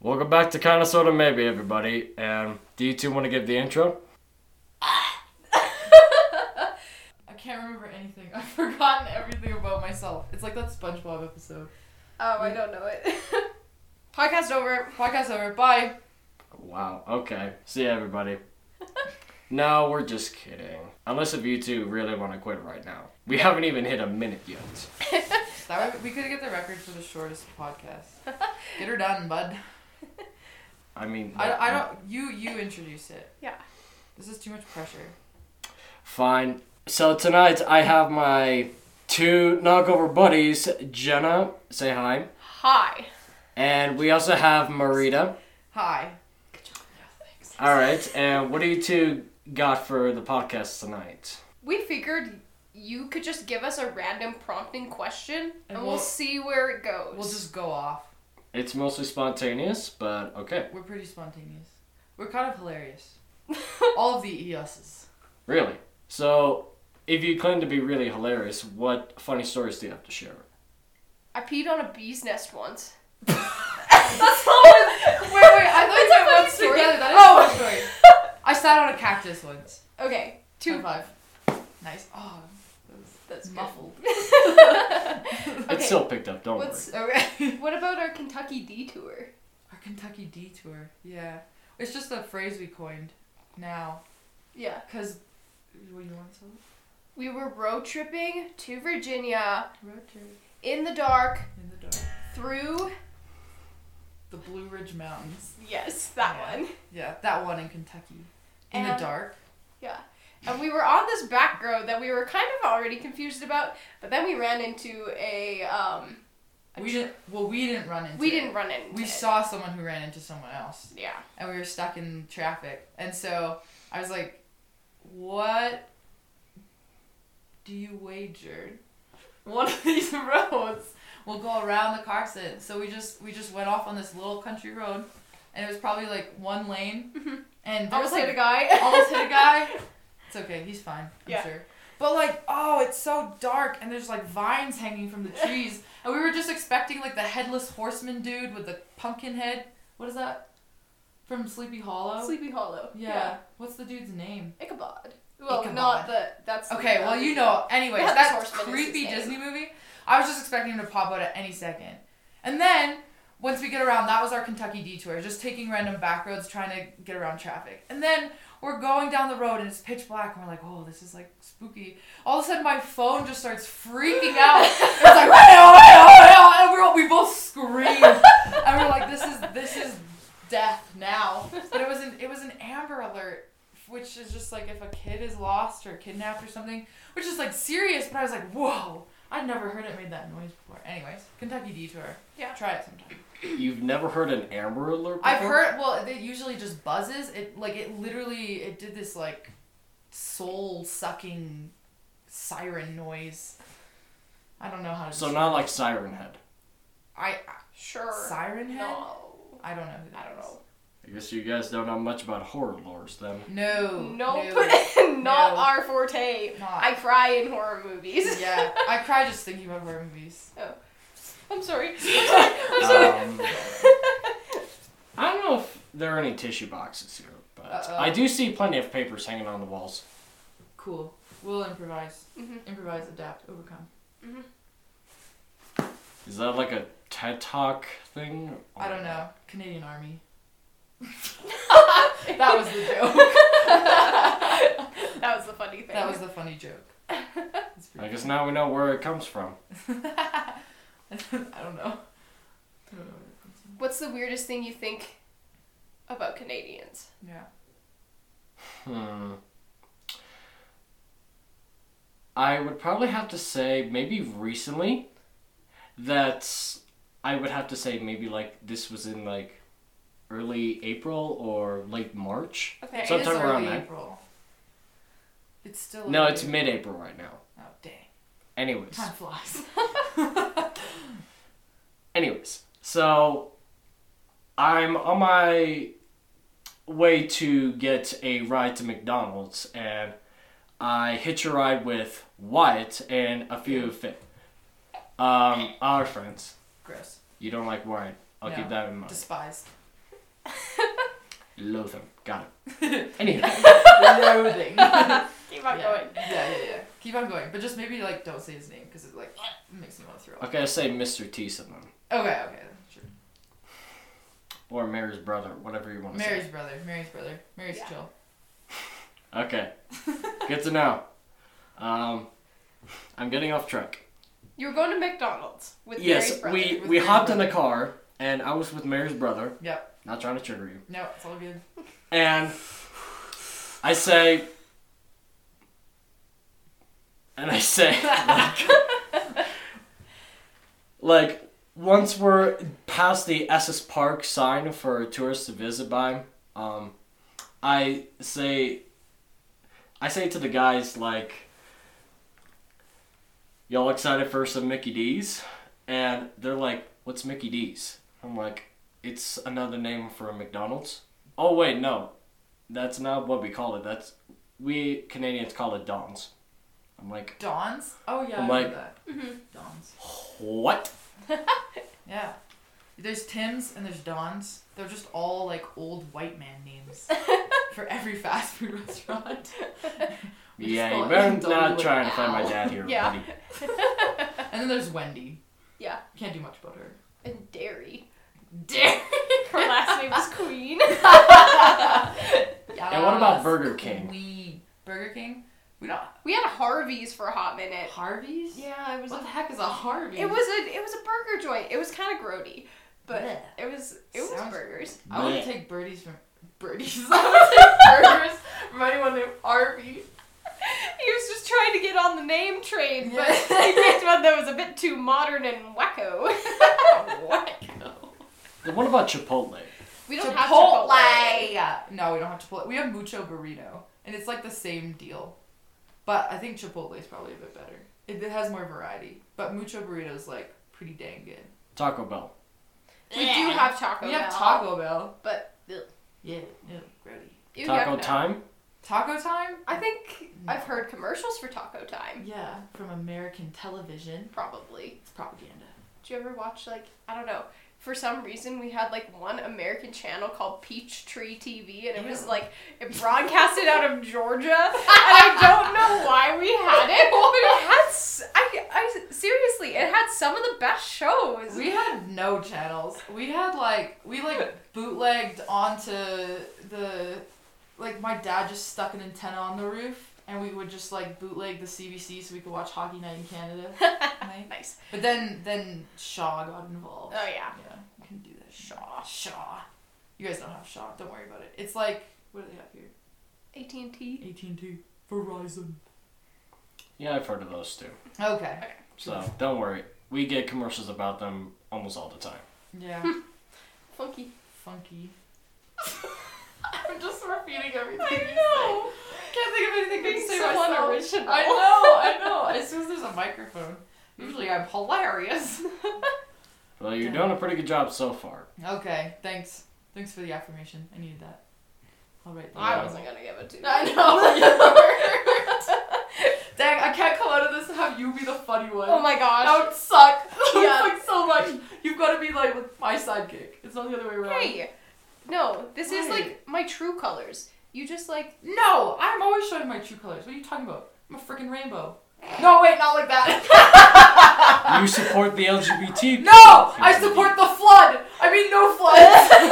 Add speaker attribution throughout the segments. Speaker 1: Welcome back to Kinda Sorta Maybe, everybody. And do you two want to give the intro?
Speaker 2: I can't remember anything. I've forgotten everything about myself. It's like that SpongeBob episode.
Speaker 3: Oh, I don't know it.
Speaker 2: Podcast over. Podcast over. Bye.
Speaker 1: Wow. Okay. See ya, everybody. no, we're just kidding. Unless if you two really want to quit right now. We haven't even hit a minute yet.
Speaker 2: That would, we could get the record for the shortest podcast. Get her done, bud.
Speaker 1: I mean,
Speaker 2: I, I don't. You you introduce it.
Speaker 3: Yeah.
Speaker 2: This is too much pressure.
Speaker 1: Fine. So tonight I have my two knockover buddies, Jenna, say hi,
Speaker 3: Hi.
Speaker 1: and we also have Marita.
Speaker 2: Hi.
Speaker 1: All right. And what do you two got for the podcast tonight?
Speaker 3: We figured you could just give us a random prompting question and, we'll,
Speaker 2: we'll-
Speaker 3: see where it goes.
Speaker 2: We'll just go off.
Speaker 1: It's mostly spontaneous, but okay.
Speaker 2: We're pretty spontaneous. We're kind of hilarious. All of the EOSs.
Speaker 1: Really. So, if you claim to be really hilarious, what funny stories do you have to share?
Speaker 3: I peed on a bee's nest once.
Speaker 2: That's not one. Wait, wait. I thought you
Speaker 3: That's a
Speaker 2: meant
Speaker 3: funny
Speaker 2: ones
Speaker 3: story.
Speaker 2: together. That is
Speaker 3: Oh.
Speaker 2: oh. story. I sat on a cactus once.
Speaker 3: Okay.
Speaker 2: Two
Speaker 3: Two.
Speaker 2: five. Nice. Oh,
Speaker 3: That's
Speaker 2: it's
Speaker 3: good.
Speaker 2: muffled.
Speaker 3: Okay.
Speaker 1: It's still picked up, don't
Speaker 3: What's
Speaker 2: Okay.
Speaker 3: what about our Kentucky detour?
Speaker 2: Our Kentucky detour. Yeah. It's just a phrase we coined now.
Speaker 3: Yeah.
Speaker 2: Because. What do you want to say?
Speaker 3: We were road tripping to Virginia
Speaker 2: Road trip.
Speaker 3: in the dark
Speaker 2: In the dark.
Speaker 3: through
Speaker 2: The Blue Ridge Mountains.
Speaker 3: yes, that
Speaker 2: Yeah.
Speaker 3: one.
Speaker 2: Yeah, that one in Kentucky. In
Speaker 3: And-
Speaker 2: the dark.
Speaker 3: And we were on this back road that we were kind of already confused about, but then we ran into a um a
Speaker 2: We
Speaker 3: tr-
Speaker 2: didn't. Well, we didn't run into.
Speaker 3: we
Speaker 2: it.
Speaker 3: didn't run into
Speaker 2: We
Speaker 3: it.
Speaker 2: saw someone who ran into someone else,
Speaker 3: Yeah.
Speaker 2: and we were stuck in traffic. And so I was like, "What do you wager? One of these roads will go around the car accident." So we just we just went off on this little country road, and it was probably like one lane,
Speaker 3: Mhm.
Speaker 2: and there was
Speaker 3: Almost hit
Speaker 2: like
Speaker 3: a guy.
Speaker 2: almost hit a guy. It's okay, he's fine, I'm
Speaker 3: Yeah.
Speaker 2: sure. But like, oh, it's so dark and there's like vines hanging from the trees. and we were just expecting like the headless horseman dude with the pumpkin head. What is that? From Sleepy Hollow?
Speaker 3: Sleepy Hollow.
Speaker 2: yeah. What's the dude's name?
Speaker 3: Ichabod. Well,
Speaker 2: Ichabod.
Speaker 3: not the that's the-
Speaker 2: Okay, well you know. Anyways,
Speaker 3: Headless
Speaker 2: that
Speaker 3: Horseman is his
Speaker 2: creepy
Speaker 3: name.
Speaker 2: Disney movie. I was just expecting him to pop out at any second. And then once we get around, that was our Kentucky detour, just taking random back roads, trying to get around traffic. And then we're going down the road and it's pitch black, and we're like, "Oh, this is like spooky." All of a sudden, my phone just starts freaking out. It's like, oh, "Hey-oh, hey-oh, hey-oh," and we're all- we both screamed, and we're like, "This is this is death now." But it was an it was an Amber Alert, which is just like if a kid is lost or kidnapped or something, which is like serious. But I was like, "Whoa." I'd never heard it made that noise before. Anyways, Kentucky Detour.
Speaker 3: Yeah.
Speaker 2: Try it sometime.
Speaker 1: we? You've never heard an Amber Alert before?
Speaker 2: I've heard. Well, it usually just buzzes. It like it literally it did this like soul sucking siren noise. I don't know how to.
Speaker 1: So
Speaker 2: describe-
Speaker 1: not like Siren Head.
Speaker 2: I uh,
Speaker 3: Sure.
Speaker 2: siren head.
Speaker 3: No.
Speaker 2: I don't know who that
Speaker 3: I don't
Speaker 2: is.
Speaker 3: know.
Speaker 1: I guess you guys don't know much about horror lores then.
Speaker 2: No.
Speaker 3: Nope.
Speaker 2: Oh, no.
Speaker 3: not
Speaker 2: No.
Speaker 3: our forte.
Speaker 2: Not.
Speaker 3: I cry in horror movies.
Speaker 2: yeah, I cry just thinking about horror movies.
Speaker 3: I'm sorry. I'm sorry. I'm sorry.
Speaker 1: Um, I don't know if there are any tissue boxes here, but
Speaker 2: Uh-oh.
Speaker 1: I do see plenty of papers hanging on the walls.
Speaker 2: Cool. We'll improvise.
Speaker 3: Mhm.
Speaker 2: Improvise, adapt, overcome.
Speaker 1: Is that like a TED Talk thing?
Speaker 2: I don't know. Canadian Army. that was the joke.
Speaker 3: that was the funny thing.
Speaker 2: That was the funny joke. It's pretty
Speaker 1: I guess now we know where it comes from.
Speaker 2: I don't know.
Speaker 3: What's the weirdest thing you think about Canadians?
Speaker 2: Yeah.
Speaker 1: Hmm. I would probably have to say maybe recently that I would have to say maybe like this was in like early April or late March.
Speaker 3: Okay.
Speaker 1: So- Sometime
Speaker 2: it is
Speaker 1: around
Speaker 2: early
Speaker 1: there.
Speaker 2: April. It's still.
Speaker 1: No,
Speaker 2: early
Speaker 1: it's
Speaker 2: April.
Speaker 1: mid April right now.
Speaker 2: Oh dang!
Speaker 1: Anyways.
Speaker 2: Time flies.
Speaker 1: Anyways. So I'm on my way to get a ride to McDonald's and I hitch a ride with Wyatt and a few of Fit. Um, our friends.
Speaker 2: Gross.
Speaker 1: You don't like wine. I'll
Speaker 2: No.
Speaker 1: keep that in mind.
Speaker 2: Despised.
Speaker 1: Lotham. Got it.
Speaker 2: Loathing.
Speaker 1: Anywho.
Speaker 2: yeah,
Speaker 3: Keep on
Speaker 2: yeah,
Speaker 3: going.
Speaker 2: yeah, yeah. Keep on going, but just maybe like don't say his name because it like makes me want to throw up.
Speaker 1: Okay, I say Mr. T something.
Speaker 2: Okay, okay, sure.
Speaker 1: Or Mary's brother, whatever you want to
Speaker 2: Mary's
Speaker 1: say.
Speaker 2: brother, Mary's brother, Mary's
Speaker 3: Yeah.
Speaker 2: chill.
Speaker 1: Okay. Good to know. Um, I'm getting off track.
Speaker 3: You were going to McDonald's with Mary's
Speaker 1: yes,
Speaker 3: brother.
Speaker 1: we,
Speaker 2: with
Speaker 1: we
Speaker 2: Mary's
Speaker 1: hopped in
Speaker 2: brother.
Speaker 1: the car, and I was with Mary's brother.
Speaker 2: Yep.
Speaker 1: Not trying to trigger you.
Speaker 2: No, it's all good.
Speaker 1: And I say, and I say, like, like, once we're past the Essex Park sign for tourists to visit by, um, I say, I say to the guys, like, y'all excited for some Mickey D's? And they're like, what's Mickey D's? I'm like, it's another name for a McDonald's. Oh wait, no, that's not what we call it. That's we Canadians call it Dons. I'm like,
Speaker 2: Dons. Oh yeah,
Speaker 1: I'm
Speaker 2: I heard
Speaker 1: like-
Speaker 2: that.
Speaker 3: Mm-hmm.
Speaker 2: Dons.
Speaker 1: what?
Speaker 2: Yeah. There's Tim's and there's Don's. They're just all like old white man names for every fast food restaurant. We just
Speaker 1: yeah,
Speaker 2: call
Speaker 1: you
Speaker 2: it
Speaker 1: better
Speaker 2: W
Speaker 1: not
Speaker 2: with
Speaker 1: trying to
Speaker 2: L.
Speaker 1: find my dad here,
Speaker 3: Yeah.
Speaker 1: buddy.
Speaker 2: And then there's Wendy.
Speaker 3: Yeah.
Speaker 2: Can't do much about her.
Speaker 3: and dairy.
Speaker 2: Dairy.
Speaker 3: Her last name is Queen.
Speaker 1: And what about Burger King?
Speaker 2: We Burger King. We don't.
Speaker 3: We had Harvey's for a hot minute.
Speaker 2: Harvey's.
Speaker 3: Yeah, it was.
Speaker 2: What
Speaker 3: A,
Speaker 2: the heck is a Harvey?
Speaker 3: it was a it was a burger joint. It was kind of grody, but
Speaker 2: Blech.
Speaker 3: it was it was
Speaker 2: Sounds-
Speaker 3: burgers.
Speaker 2: I would
Speaker 1: Blech.
Speaker 2: take birdies from birdies. I would take burgers from anyone named Harvey.
Speaker 3: He was just trying to get on the name train, but
Speaker 2: Yeah.
Speaker 3: he picked one that was a bit too modern and wacko.
Speaker 2: Wacko.
Speaker 1: Then What about Chipotle?
Speaker 3: We
Speaker 2: Chipotle.
Speaker 3: don't have Chipotle.
Speaker 2: No, we don't have Chipotle. We have Mucho Burrito, and it's like the same deal, but I think Chipotle is probably a bit better. It, it has more variety, but Mucho Burrito is like pretty dang good.
Speaker 1: Taco Bell.
Speaker 3: We do have Taco
Speaker 2: we have
Speaker 3: Bell,
Speaker 2: Taco Bell.
Speaker 3: but
Speaker 2: Yeah, yeah, grody.
Speaker 3: Ew,
Speaker 1: Taco
Speaker 3: yuck, no.
Speaker 1: time.
Speaker 2: Taco time?
Speaker 3: I think
Speaker 2: Mm.
Speaker 3: I've heard commercials for Taco Time.
Speaker 2: Yeah, from American television.
Speaker 3: Probably.
Speaker 2: It's propaganda.
Speaker 3: Did you ever watch like I don't know? For some reason, we had like one American channel called Peachtree TV, and it was
Speaker 2: Ew.
Speaker 3: like it broadcasted out of Georgia. And I don't know why we had it, but it had s- I, I seriously, it had some of the best shows.
Speaker 2: We had no channels. We had like we like bootlegged onto the like my dad just stuck an antenna on the roof and we would just like bootleg the CBC so we could watch Hockey Night in Canada. night.
Speaker 3: nice.
Speaker 2: But then then Shaw got involved.
Speaker 3: Oh yeah.
Speaker 2: Yeah, you can do that. Shaw. Shaw. You guys don't have Shaw. Don't worry about it. It's like what do they have here?
Speaker 3: AT and T.
Speaker 2: AT and T. Verizon.
Speaker 1: Yeah, I've heard of those too.
Speaker 2: Okay.
Speaker 1: So don't worry, we get commercials about them almost all the time.
Speaker 2: Yeah.
Speaker 3: Funky.
Speaker 2: Funky. I'm just repeating everything.
Speaker 3: I
Speaker 2: you
Speaker 3: know.
Speaker 2: say. Can't think of anything good
Speaker 3: Being
Speaker 2: to say
Speaker 3: so
Speaker 2: myself.
Speaker 3: unoriginal.
Speaker 2: I know. I know. As soon as there's a microphone, usually I'm hilarious.
Speaker 1: Well, you're
Speaker 2: Yeah.
Speaker 1: doing a pretty good job so far.
Speaker 2: okay. Thanks. Thanks for the affirmation. I needed that. All right.
Speaker 3: I
Speaker 1: Yeah.
Speaker 3: wasn't gonna give it to. you.
Speaker 2: I know. Dang, I can't come out of this and have you be the funny one.
Speaker 3: Oh my gosh.
Speaker 2: That would suck. That would
Speaker 3: Yeah.
Speaker 2: suck so much. You've got to be like with my sidekick. It's not the other way around.
Speaker 3: Hey, no, this is
Speaker 2: Why?
Speaker 3: like my true colors. You just like
Speaker 2: No, I'm always showing my true colors. What are you talking about? I'm a freaking rainbow. No, wait, not like that.
Speaker 1: You support the LGBT.
Speaker 2: No, I support the flood. I mean, no flood.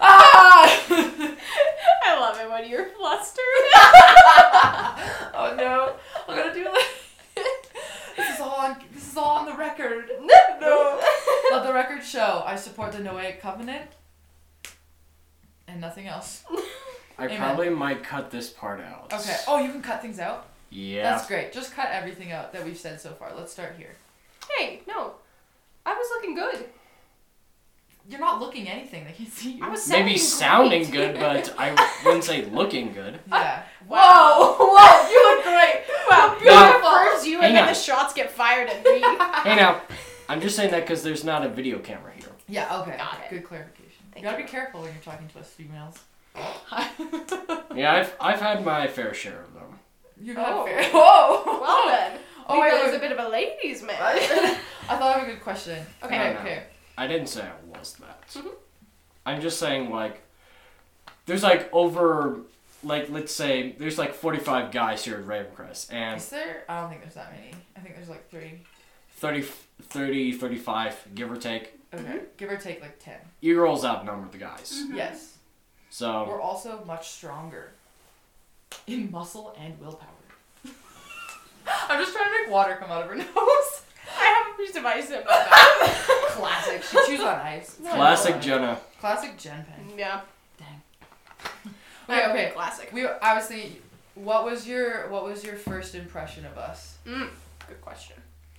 Speaker 2: ah!
Speaker 3: I love it when you're flustered.
Speaker 2: oh no, I'm gonna do like this is all on this is all on the record.
Speaker 3: no.
Speaker 2: Let the record show. I support the Noahic covenant and nothing else.
Speaker 1: I
Speaker 2: Amen.
Speaker 1: probably might cut this part out.
Speaker 2: Okay. Oh, you can cut things out.
Speaker 1: Yeah.
Speaker 2: That's great. Just cut everything out that we've said so far. Let's start here.
Speaker 3: hey, no. I was looking good.
Speaker 2: You're not looking anything. They can see you.
Speaker 3: I was sounding
Speaker 1: Maybe
Speaker 3: great.
Speaker 1: sounding good, but I wouldn't say looking good.
Speaker 2: Yeah.
Speaker 3: Wow.
Speaker 2: Whoa! Whoa! You look great.
Speaker 3: Wow,
Speaker 2: You're
Speaker 3: you
Speaker 1: No.
Speaker 2: beautiful.
Speaker 3: affirms you,
Speaker 1: Hang
Speaker 3: and then
Speaker 1: on.
Speaker 3: the shots get fired at me.
Speaker 1: Hey now, I'm just saying that because there's not a video camera here.
Speaker 2: Yeah. Okay.
Speaker 3: Got
Speaker 2: okay,
Speaker 3: it.
Speaker 2: Good clarification.
Speaker 3: Thank
Speaker 2: you gotta
Speaker 3: you.
Speaker 2: be careful when you're talking to us females.
Speaker 1: Yeah, I've, I've had my fair share of them.
Speaker 2: You're
Speaker 3: Oh.
Speaker 2: not fair. Whoa.
Speaker 3: well then,
Speaker 2: Oh wait.
Speaker 3: it was
Speaker 2: wait.
Speaker 3: a bit of a ladies' man.
Speaker 2: I thought I had a good question. Oh,
Speaker 3: Okay.
Speaker 2: Okay. Mm-hmm.
Speaker 1: I didn't say I was that.
Speaker 3: Mhm.
Speaker 1: I'm just saying like there's like over like let's say there's like 45 guys here at Ravencrest and
Speaker 2: Is there? I don't think there's that many. I think there's like three.
Speaker 1: 30 30 35 give or take
Speaker 2: Okay.
Speaker 3: Mm-hmm.
Speaker 2: Give or take like 10.
Speaker 1: e-girls outnumber the guys
Speaker 2: Yes.
Speaker 1: so Oh.
Speaker 2: We're also much stronger in muscle and willpower. I'm just trying to make water come out of her nose.
Speaker 3: I have a piece of ice in my mouth.
Speaker 2: Classic. She chews on ice. It's
Speaker 1: classic
Speaker 2: kinda
Speaker 1: Jenna
Speaker 2: fun. Classic Gen Pen.
Speaker 3: yeah.
Speaker 2: Dang.
Speaker 3: Okay,
Speaker 2: Okay, okay.
Speaker 3: Classic.
Speaker 2: We I was thinking, what was your what was your first impression of us
Speaker 3: Mm, good question.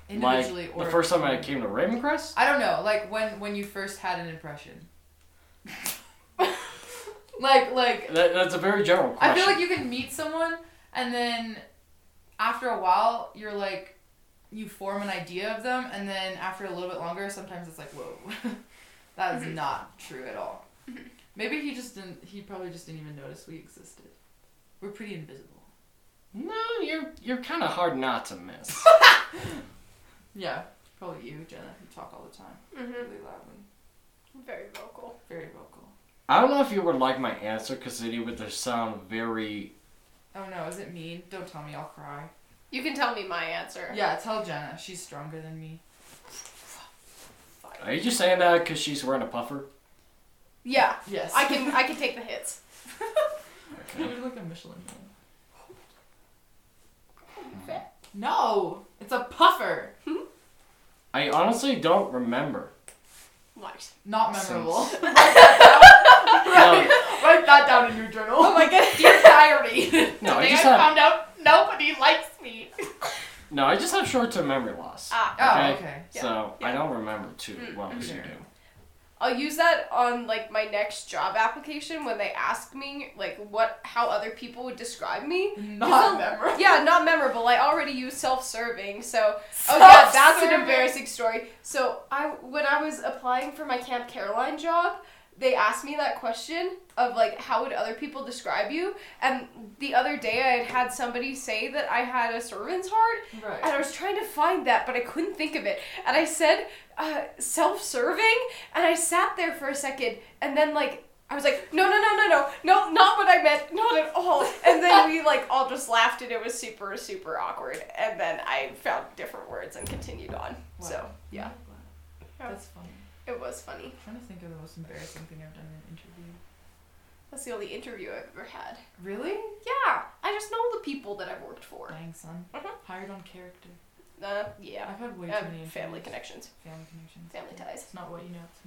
Speaker 1: like
Speaker 2: individually
Speaker 1: the
Speaker 2: or
Speaker 1: first time I came to Ravencrest
Speaker 2: I don't know, like when when you first had an impression. like like
Speaker 1: that, that's a very general question
Speaker 2: I feel like you can meet someone and then after a while you're like you form an idea of them and then after a little bit longer sometimes it's like whoa that is not true at all. Maybe he just didn't he probably just didn't even notice we existed. We're pretty invisible.
Speaker 1: no you're you're kind of hard not to miss
Speaker 2: Yeah. Probably you, Jenna, who talk all the time.
Speaker 3: Mm-hmm.
Speaker 2: Really loud and
Speaker 3: Very vocal.
Speaker 2: very vocal.
Speaker 1: I don't know if you would like my answer because it would just sound very
Speaker 2: Oh no, is it mean? Don't tell me, I'll cry.
Speaker 3: You can tell me my answer.
Speaker 2: Yeah, tell Jenna. She's stronger than me.
Speaker 1: are you just saying that because she's wearing a puffer
Speaker 3: Yeah.
Speaker 2: Yes.
Speaker 3: I can I can take the hits.
Speaker 1: okay.
Speaker 2: You're like a Michelin man. No, it's a puffer.
Speaker 1: I honestly don't remember
Speaker 3: What?
Speaker 2: Not
Speaker 1: Since-
Speaker 2: memorable.
Speaker 1: no,
Speaker 2: Write that down in your journal.
Speaker 3: Oh my god,
Speaker 2: Dear diary.
Speaker 1: no I
Speaker 3: Today
Speaker 1: just
Speaker 3: I
Speaker 1: have
Speaker 3: found out nobody likes me.
Speaker 1: no I just have short term memory loss
Speaker 3: Ah.
Speaker 2: Oh, okay.
Speaker 3: Yeah,
Speaker 1: So
Speaker 3: yeah.
Speaker 1: I don't remember too
Speaker 3: Mm,
Speaker 1: well as you
Speaker 2: okay.
Speaker 1: do.
Speaker 3: I'll use that on like my next job application when they ask me like what how other people would describe me.
Speaker 2: Not
Speaker 3: Just a-
Speaker 2: memorable.
Speaker 3: Yeah, not memorable. I already use self-serving, so oh yeah, that's an
Speaker 2: Self-serving.
Speaker 3: embarrassing story. So I when I was applying for my Camp Caroline job, they asked me that question of like how would other people describe you, and the other day I had had somebody say that I had a servant's heart, and
Speaker 2: Right.
Speaker 3: I was trying to find that, but I couldn't think of it. And I said uh, self serving, and I sat there for a second, and then like I was like, no, no, no, no, no, no, not what I meant, not at all. And then we like all just laughed, and it was super, super awkward. And then I found different words and continued on. So
Speaker 2: Wow.
Speaker 3: yeah,
Speaker 2: That's funny.
Speaker 3: it was funny.
Speaker 2: I'm trying to think of the most embarrassing thing I've done in an
Speaker 3: That's the only interview I've ever had.
Speaker 2: interview. Really?
Speaker 3: Yeah, I just know the people that I've worked for.
Speaker 2: Dang son.
Speaker 3: Mhm.
Speaker 2: Hired on character.
Speaker 3: Uh, yeah,
Speaker 2: I've had way too
Speaker 3: Uh,
Speaker 2: many
Speaker 3: family
Speaker 2: interviews.
Speaker 3: connections,
Speaker 2: Family connections.
Speaker 3: family ties.
Speaker 2: It's not what you know, it's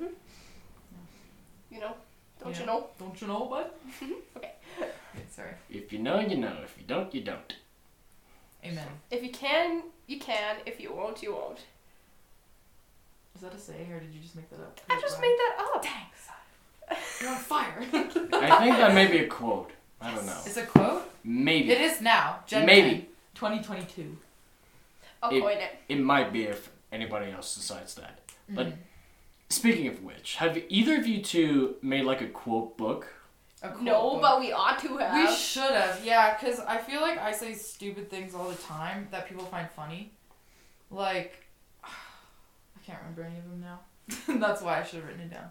Speaker 2: who you know.
Speaker 3: You know, don't
Speaker 2: Yeah.
Speaker 3: you know?
Speaker 2: Don't you know what?
Speaker 3: Okay.
Speaker 2: Okay, sorry.
Speaker 1: If you know, you know. If you don't, you don't.
Speaker 2: Amen.
Speaker 3: If you can, you can. If you won't, you won't.
Speaker 2: Is that a saying or did you just make that up?
Speaker 3: I just made that up.
Speaker 2: Dang, son. You're on fire.
Speaker 1: I think that may be a quote. I don't know.
Speaker 2: It's a quote.
Speaker 1: Maybe
Speaker 2: It is now. Gen
Speaker 1: Maybe.
Speaker 2: 10, 2022.
Speaker 3: I'll
Speaker 1: It-
Speaker 3: coin it.
Speaker 1: it might be if anybody else decides that.
Speaker 3: Hmm.
Speaker 1: But speaking of which, have either of you two made like a quote book?
Speaker 2: A quote
Speaker 3: No,
Speaker 2: book.
Speaker 3: but we ought to have.
Speaker 2: we should have. Yeah, because I feel like I say stupid things all the time that people find funny. Like, I can't remember any of them now. That's why I should have written it down.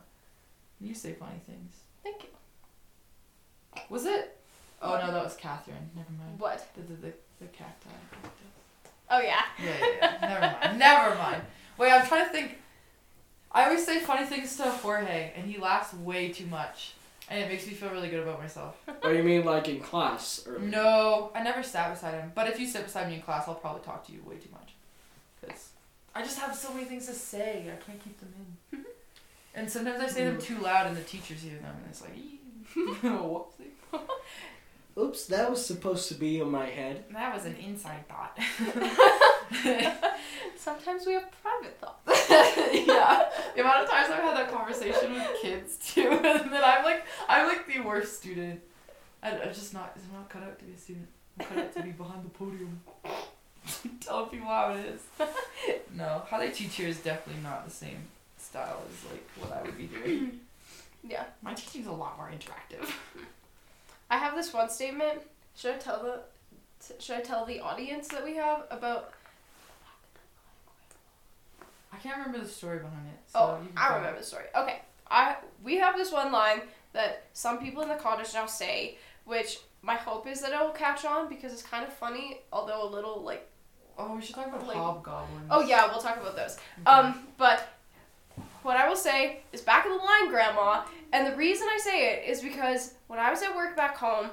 Speaker 2: You say funny things.
Speaker 3: Thank you.
Speaker 2: Was it? Oh no, that was Catherine. Never mind.
Speaker 3: What?
Speaker 2: The the the, the cacti.
Speaker 3: Oh yeah.
Speaker 2: Yeah, yeah, yeah. Never mind. Never mind. Wait, I'm trying to think. I always say funny things to Jorge, and he laughs way too much, and it makes me feel really good about myself.
Speaker 1: Oh, you mean like in class? Or...
Speaker 2: No, I never sat beside him. But if you sit beside me in class, I'll probably talk to you way too much. Cause I just have so many things to say. I can't keep them in. and sometimes I say them too loud, and the teachers hear them, and it's like, whoopsie.
Speaker 1: Oops, that was supposed to be on my head.
Speaker 2: That was an inside thought.
Speaker 3: Sometimes we have private thoughts.
Speaker 2: yeah. The amount of times I've had that conversation with kids too, and then I'm like, I'm like the worst student. I, I'm just not. I'm not cut out to be a student. I'm cut out to be behind the podium, telling people how it is. No, how they teach here is definitely not the same style as like what I would be doing.
Speaker 3: Yeah.
Speaker 2: My teaching's a lot more interactive.
Speaker 3: I have this one statement. Should I tell the should I tell the audience that we have about
Speaker 2: I can't remember the story behind it. So
Speaker 3: Oh,
Speaker 2: you can
Speaker 3: I
Speaker 2: tell me.
Speaker 3: remember the story. Okay. I we have this one line that some people in the cottage now say, which my hope is that it'll catch on because it's kind of funny, although a little like
Speaker 2: Oh, we should talk about
Speaker 3: Like-
Speaker 2: hobgoblins.
Speaker 3: Oh yeah, we'll talk about those. Um, but what I will say is back of the line, Grandma. And the reason I say it is because when I was at work back home,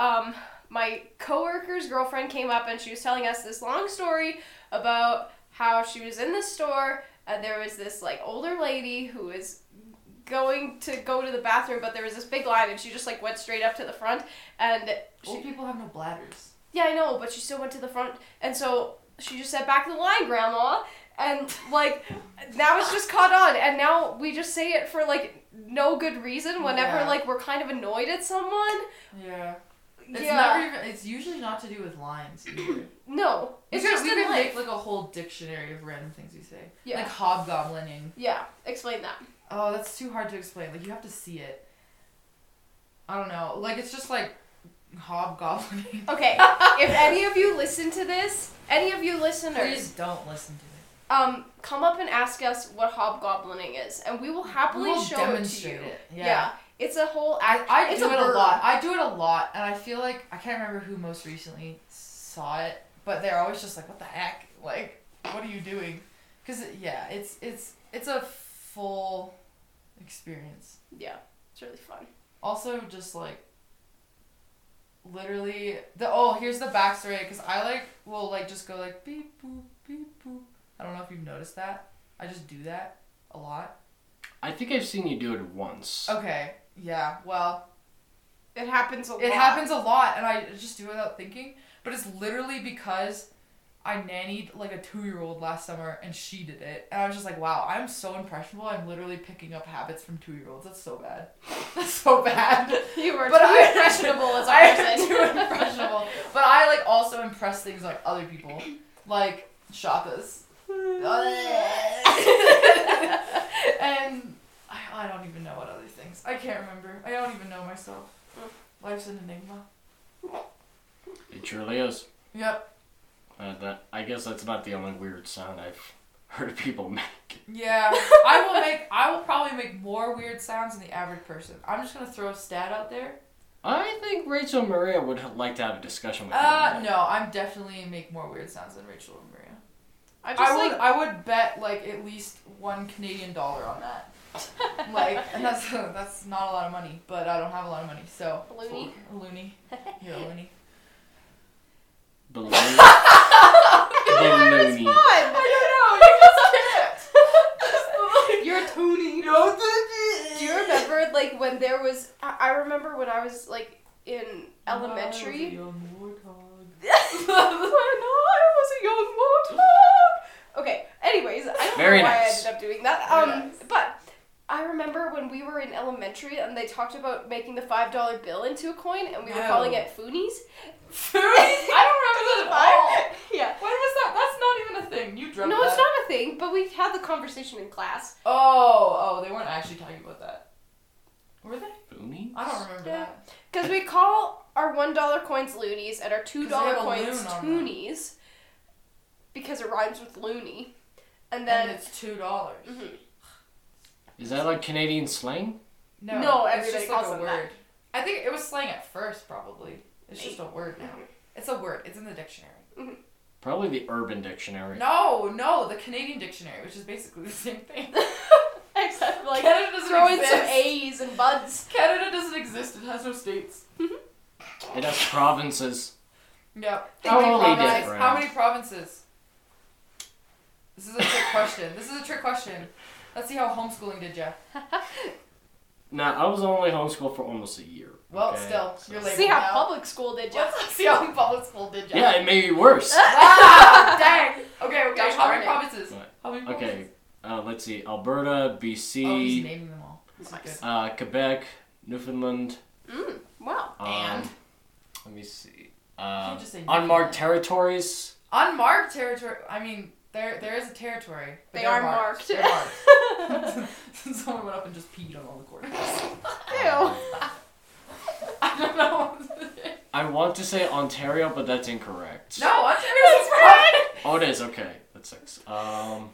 Speaker 3: um, my coworker's girlfriend came up and she was telling us this long story about how she was in the store and there was this like older lady who was going to go to the bathroom, but there was this big line and she just like went straight up to the front and she
Speaker 2: Old people have no bladders.
Speaker 3: yeah, I know, but she still went to the front, and so she just said, "Back of the line, Grandma," and like now it's just caught on, and now we just say it for like no good reason whenever
Speaker 2: Yeah.
Speaker 3: like we're kind of annoyed at someone.
Speaker 2: Yeah. It's
Speaker 3: yeah,
Speaker 2: never even. It's usually not to do with lines either.
Speaker 3: no,
Speaker 2: We
Speaker 3: it's
Speaker 2: could-
Speaker 3: just
Speaker 2: we
Speaker 3: in
Speaker 2: could
Speaker 3: life.
Speaker 2: make like a whole dictionary of random things we say.
Speaker 3: Yeah.
Speaker 2: Like hobgoblining.
Speaker 3: yeah, explain that.
Speaker 2: Oh, that's too hard to explain. Like you have to see it. I don't know. Like it's just like hobgoblining.
Speaker 3: Okay, if any of you listen to this, any of you listeners,
Speaker 2: Please don't listen to it.
Speaker 3: um, come up and ask us what hobgoblining is, and we will happily
Speaker 2: We'll
Speaker 3: show it to you.
Speaker 2: demonstrate it. Yeah.
Speaker 3: it's a whole
Speaker 2: I,
Speaker 3: act.
Speaker 2: I
Speaker 3: it's
Speaker 2: do it a
Speaker 3: verb.
Speaker 2: lot. I do it a lot, and I feel like I can't remember who most recently saw it, but they're always just like, "What the heck? Like, what are you doing?" Because yeah, it's it's it's a full experience.
Speaker 3: Yeah, it's really fun.
Speaker 2: Also, just like literally the oh here's the backstory because I like will like just go like beep boop beep boop. I don't know if you've noticed that. I just do that a lot.
Speaker 1: I think I've seen you do it once.
Speaker 2: Okay. Yeah. Well,
Speaker 3: It happens a lot.
Speaker 2: It happens a lot, and I just do it without thinking. But it's literally because I nannied like a two year old last summer, and she did it, and I was just like, wow, I'm so impressionable. I'm literally picking up habits from two year olds. That's so bad. That's so bad.
Speaker 3: You were
Speaker 2: But
Speaker 3: too
Speaker 2: I-
Speaker 3: impressionable as a
Speaker 2: I
Speaker 3: person.
Speaker 2: am too impressionable. But I like also impress things like other people, like Shakas. and I, I don't even know what other things. I can't remember. I don't even know myself. Life's an enigma.
Speaker 1: It surely is.
Speaker 2: Yep.
Speaker 1: Uh, that, I guess that's about the only weird sound I've heard of people make.
Speaker 2: Yeah, I will make. I will probably make more weird sounds than the average person. I'm just gonna throw a stat out there.
Speaker 1: I think Rachel and Maria would h- like to have a discussion with you
Speaker 2: Uh,
Speaker 1: on that.
Speaker 2: no, I'm definitely make more weird sounds than Rachel and Maria.
Speaker 3: I just
Speaker 2: I would.
Speaker 3: like
Speaker 2: I would bet like at least one Canadian dollar on that. Like, and that's that's not a lot of money, but I don't have a lot of money, so
Speaker 3: loony.
Speaker 2: loony. You're a loony.
Speaker 1: Balloon. Balloony.
Speaker 2: I don't know. You
Speaker 3: You're
Speaker 2: just
Speaker 3: a
Speaker 2: can't. loony. No,
Speaker 3: Do you remember like when there was? I, I remember when I was like in elementary. I know I was a young warthog. Okay. Anyways, I don't
Speaker 1: Very
Speaker 3: know why
Speaker 1: nice.
Speaker 3: I ended up doing that.
Speaker 2: Very
Speaker 3: Um,
Speaker 2: nice.
Speaker 3: but I remember when we were in elementary and they talked about making the five dollar bill into a coin, and we were
Speaker 2: No.
Speaker 3: calling it foonies.
Speaker 2: Food? I don't remember that at all.
Speaker 3: yeah.
Speaker 2: When was that? That's not even a thing. You dreamt
Speaker 3: No,
Speaker 2: that.
Speaker 3: it's not a thing, but we had the conversation in class.
Speaker 2: Oh, oh, they weren't actually talking about that. Were they?
Speaker 1: Balloony?
Speaker 2: I don't remember
Speaker 3: Yeah.
Speaker 2: that.
Speaker 3: Because we call our one dollar coins loonies and our
Speaker 2: 'Cause
Speaker 3: two
Speaker 2: they
Speaker 3: dollar
Speaker 2: have a
Speaker 3: coins
Speaker 2: loon on them.
Speaker 3: toonies, because it rhymes with loony, and
Speaker 2: Then
Speaker 3: then
Speaker 2: it's two dollars.
Speaker 3: Mhm.
Speaker 1: Is that like Canadian slang?
Speaker 3: No,
Speaker 2: it's
Speaker 3: everybody
Speaker 2: just like
Speaker 3: calls
Speaker 2: a
Speaker 3: them
Speaker 2: word. I think it was slang at first, probably. It's just a word now. It's a word. It's in the dictionary.
Speaker 1: Probably the Urban Dictionary.
Speaker 2: No, no, the Canadian dictionary, which is basically the same thing.
Speaker 3: except like
Speaker 2: Canada doesn't
Speaker 3: throw in some
Speaker 2: exist.
Speaker 3: A's and buds.
Speaker 2: Canada doesn't exist. It has no states.
Speaker 1: It has provinces.
Speaker 2: Yep.
Speaker 1: How
Speaker 2: many
Speaker 1: are they
Speaker 2: provinces-
Speaker 1: different?
Speaker 2: How many provinces? This is a trick question. This is a trick question. Let's see how homeschooling did ya.
Speaker 1: Now, I was only homeschooled for almost a year.
Speaker 2: Well,
Speaker 1: okay?
Speaker 2: still,
Speaker 1: So-
Speaker 2: you're late.
Speaker 3: See how
Speaker 2: now.
Speaker 3: public school did you?
Speaker 2: Let's see how public school did ya.
Speaker 1: Yeah, it may be worse.
Speaker 2: Wow, dang. Okay, okay.
Speaker 3: Gosh
Speaker 2: how many
Speaker 3: darn
Speaker 2: provinces?
Speaker 1: Right.
Speaker 2: How many provinces?
Speaker 1: Okay, E uh, let's see. Alberta,
Speaker 2: Oh, he's
Speaker 1: BC,
Speaker 2: naming them all. This is
Speaker 3: Nice.
Speaker 2: good.
Speaker 1: uh, Quebec, Newfoundland.
Speaker 3: Mm, wow.
Speaker 1: Um,
Speaker 2: And?
Speaker 1: Let me see. Uh,
Speaker 2: can't just say
Speaker 1: unmarked
Speaker 2: Newfoundland.
Speaker 1: territories.
Speaker 2: Unmarked territory. I mean, there there is a territory. But
Speaker 3: They
Speaker 2: they're
Speaker 3: are marked.
Speaker 2: They're marked. Someone went up and just peed on all the corners.
Speaker 3: Ew.
Speaker 2: I don't know.
Speaker 1: I want to say Ontario, but that's incorrect.
Speaker 2: no, Ontario's right.
Speaker 1: Oh, it is. Okay, that's six. Um,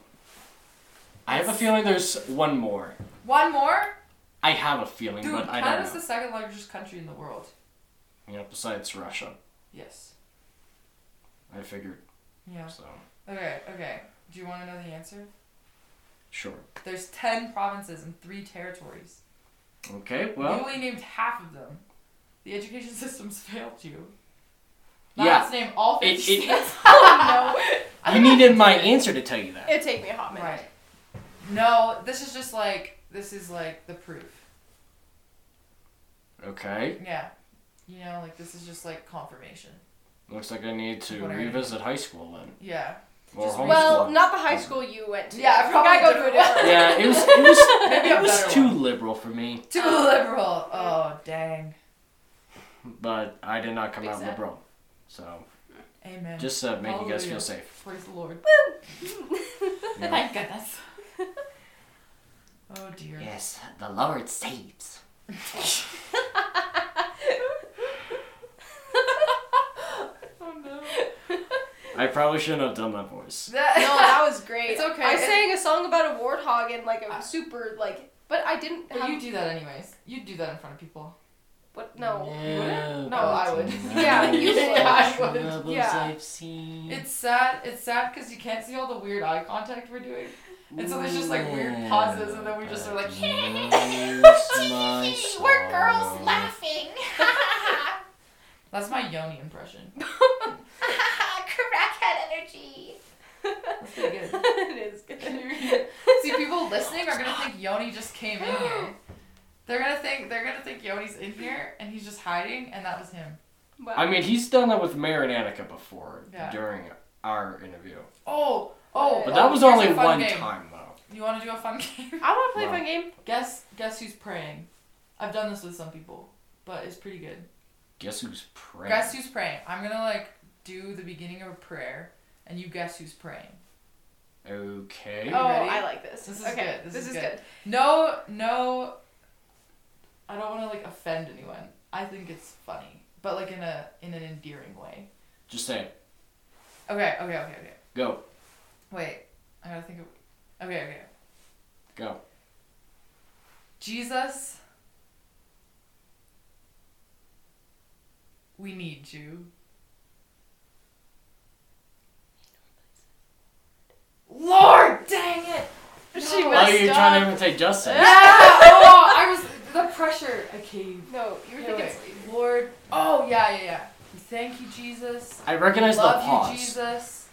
Speaker 1: I have a feeling there's one more.
Speaker 2: One more.
Speaker 1: I have a feeling,
Speaker 2: Dude,
Speaker 1: but I don't
Speaker 2: Canada's
Speaker 1: know.
Speaker 2: the second largest country in the world.
Speaker 1: You know, besides Russia,
Speaker 2: Yes.
Speaker 1: I figured.
Speaker 2: Yeah.
Speaker 1: So
Speaker 2: Okay, okay. Do you want to know the answer?
Speaker 1: sure.
Speaker 2: There's 10 provinces and 3 territories.
Speaker 1: Okay.
Speaker 2: you
Speaker 1: Well,
Speaker 2: only named half of them. The education system's failed you. Now
Speaker 1: yeah.
Speaker 2: let's name all 50
Speaker 1: It- it-
Speaker 2: states.
Speaker 3: Oh no.
Speaker 2: I
Speaker 1: You
Speaker 2: don't know
Speaker 1: needed
Speaker 2: if
Speaker 1: my
Speaker 2: did.
Speaker 1: answer to tell you that.
Speaker 3: It'd take me a hot minute.
Speaker 2: Right. No, this is just like, this is like the proof.
Speaker 1: Okay.
Speaker 2: Yeah. You know, like this is just like confirmation.
Speaker 1: Looks like I need to
Speaker 2: Whatever.
Speaker 1: revisit high school then,
Speaker 2: Yeah.
Speaker 1: or
Speaker 2: Just-
Speaker 1: homeschool.
Speaker 3: Well, not the high school you went to.
Speaker 2: Yeah,
Speaker 3: I
Speaker 2: probably
Speaker 3: think I go to a
Speaker 2: different.
Speaker 3: different.
Speaker 1: yeah, it was it was
Speaker 2: Maybe
Speaker 1: it
Speaker 2: a
Speaker 1: was
Speaker 2: better
Speaker 1: too
Speaker 2: one.
Speaker 1: liberal for me,
Speaker 2: Too liberal. Oh, dang.
Speaker 1: but I did not come out
Speaker 3: Exactly.
Speaker 1: liberal. So
Speaker 2: Amen.
Speaker 1: just uh, make you guys
Speaker 2: Hallelujah.
Speaker 1: feel safe.
Speaker 2: Praise the Lord.
Speaker 1: you know?
Speaker 2: Thank goodness. Oh dear.
Speaker 1: Yes, the Lord saves.
Speaker 2: Oh no.
Speaker 1: I probably shouldn't have done that voice.
Speaker 3: No, that was great.
Speaker 2: It's okay.
Speaker 3: I
Speaker 2: It-
Speaker 3: sang a song about a warthog and like
Speaker 2: I-
Speaker 3: a super like, but I didn't.
Speaker 2: But
Speaker 3: have,
Speaker 2: you do that anyways. You do that in front of people.
Speaker 3: What? No.
Speaker 2: wouldn't? No,
Speaker 1: but
Speaker 2: I would.
Speaker 3: Yeah, you would.
Speaker 2: Yeah, I would.
Speaker 1: troubles
Speaker 3: Yeah.
Speaker 1: I've seen.
Speaker 2: It's sad. It's sad because you can't see all the weird eye contact we're doing. And so there's just like weird pauses, and then we just are like,
Speaker 1: we're
Speaker 4: laughing.
Speaker 2: that's my Yoni impression.
Speaker 4: Crackhead energy.
Speaker 2: That's pretty good.
Speaker 3: it is good.
Speaker 2: See, people listening are gonna think Yoni just came in here. They're gonna think they're gonna think Yoni's in here and he's just hiding, and that was him.
Speaker 3: Wow.
Speaker 1: I mean, he's done that with Mary and Annika before
Speaker 2: Yeah.
Speaker 1: during our interview,
Speaker 2: Oh, oh.
Speaker 1: but
Speaker 2: oh,
Speaker 1: that was
Speaker 2: here's
Speaker 1: only
Speaker 2: a fun
Speaker 1: one
Speaker 2: game.
Speaker 1: time though.
Speaker 2: You want to do a fun game?
Speaker 3: I want to play
Speaker 1: Wow.
Speaker 3: a fun game.
Speaker 2: guess guess who's praying? I've done this with some people, but it's pretty good.
Speaker 1: Guess who's praying?
Speaker 2: Guess who's praying? I'm gonna like do the beginning of a prayer, and you guess who's praying.
Speaker 1: okay.
Speaker 2: You
Speaker 3: Oh,
Speaker 2: ready?
Speaker 3: I like this.
Speaker 2: This is
Speaker 3: okay,
Speaker 2: good. This
Speaker 3: this
Speaker 2: is
Speaker 3: is
Speaker 2: good.
Speaker 3: good.
Speaker 2: No, no. I don't want to like offend anyone. I think it's funny, but like in a in an endearing way.
Speaker 1: Just say it.
Speaker 2: Okay, okay, okay, okay.
Speaker 1: Go,
Speaker 2: Wait, I gotta think of. Okay, okay.
Speaker 1: go.
Speaker 2: Jesus, we need you. Lord, dang it!
Speaker 3: She
Speaker 2: No.
Speaker 1: Oh,
Speaker 3: messed
Speaker 1: you're
Speaker 3: up.
Speaker 1: trying to imitate Justin.
Speaker 2: Yeah! Oh, I was the pressure. I caved.
Speaker 3: No, you were
Speaker 2: Okay,
Speaker 3: thinking.
Speaker 2: wait. Lord. Oh yeah, yeah, yeah. Thank you, Jesus.
Speaker 1: I recognize the
Speaker 2: Love
Speaker 1: pause.
Speaker 2: you, Jesus.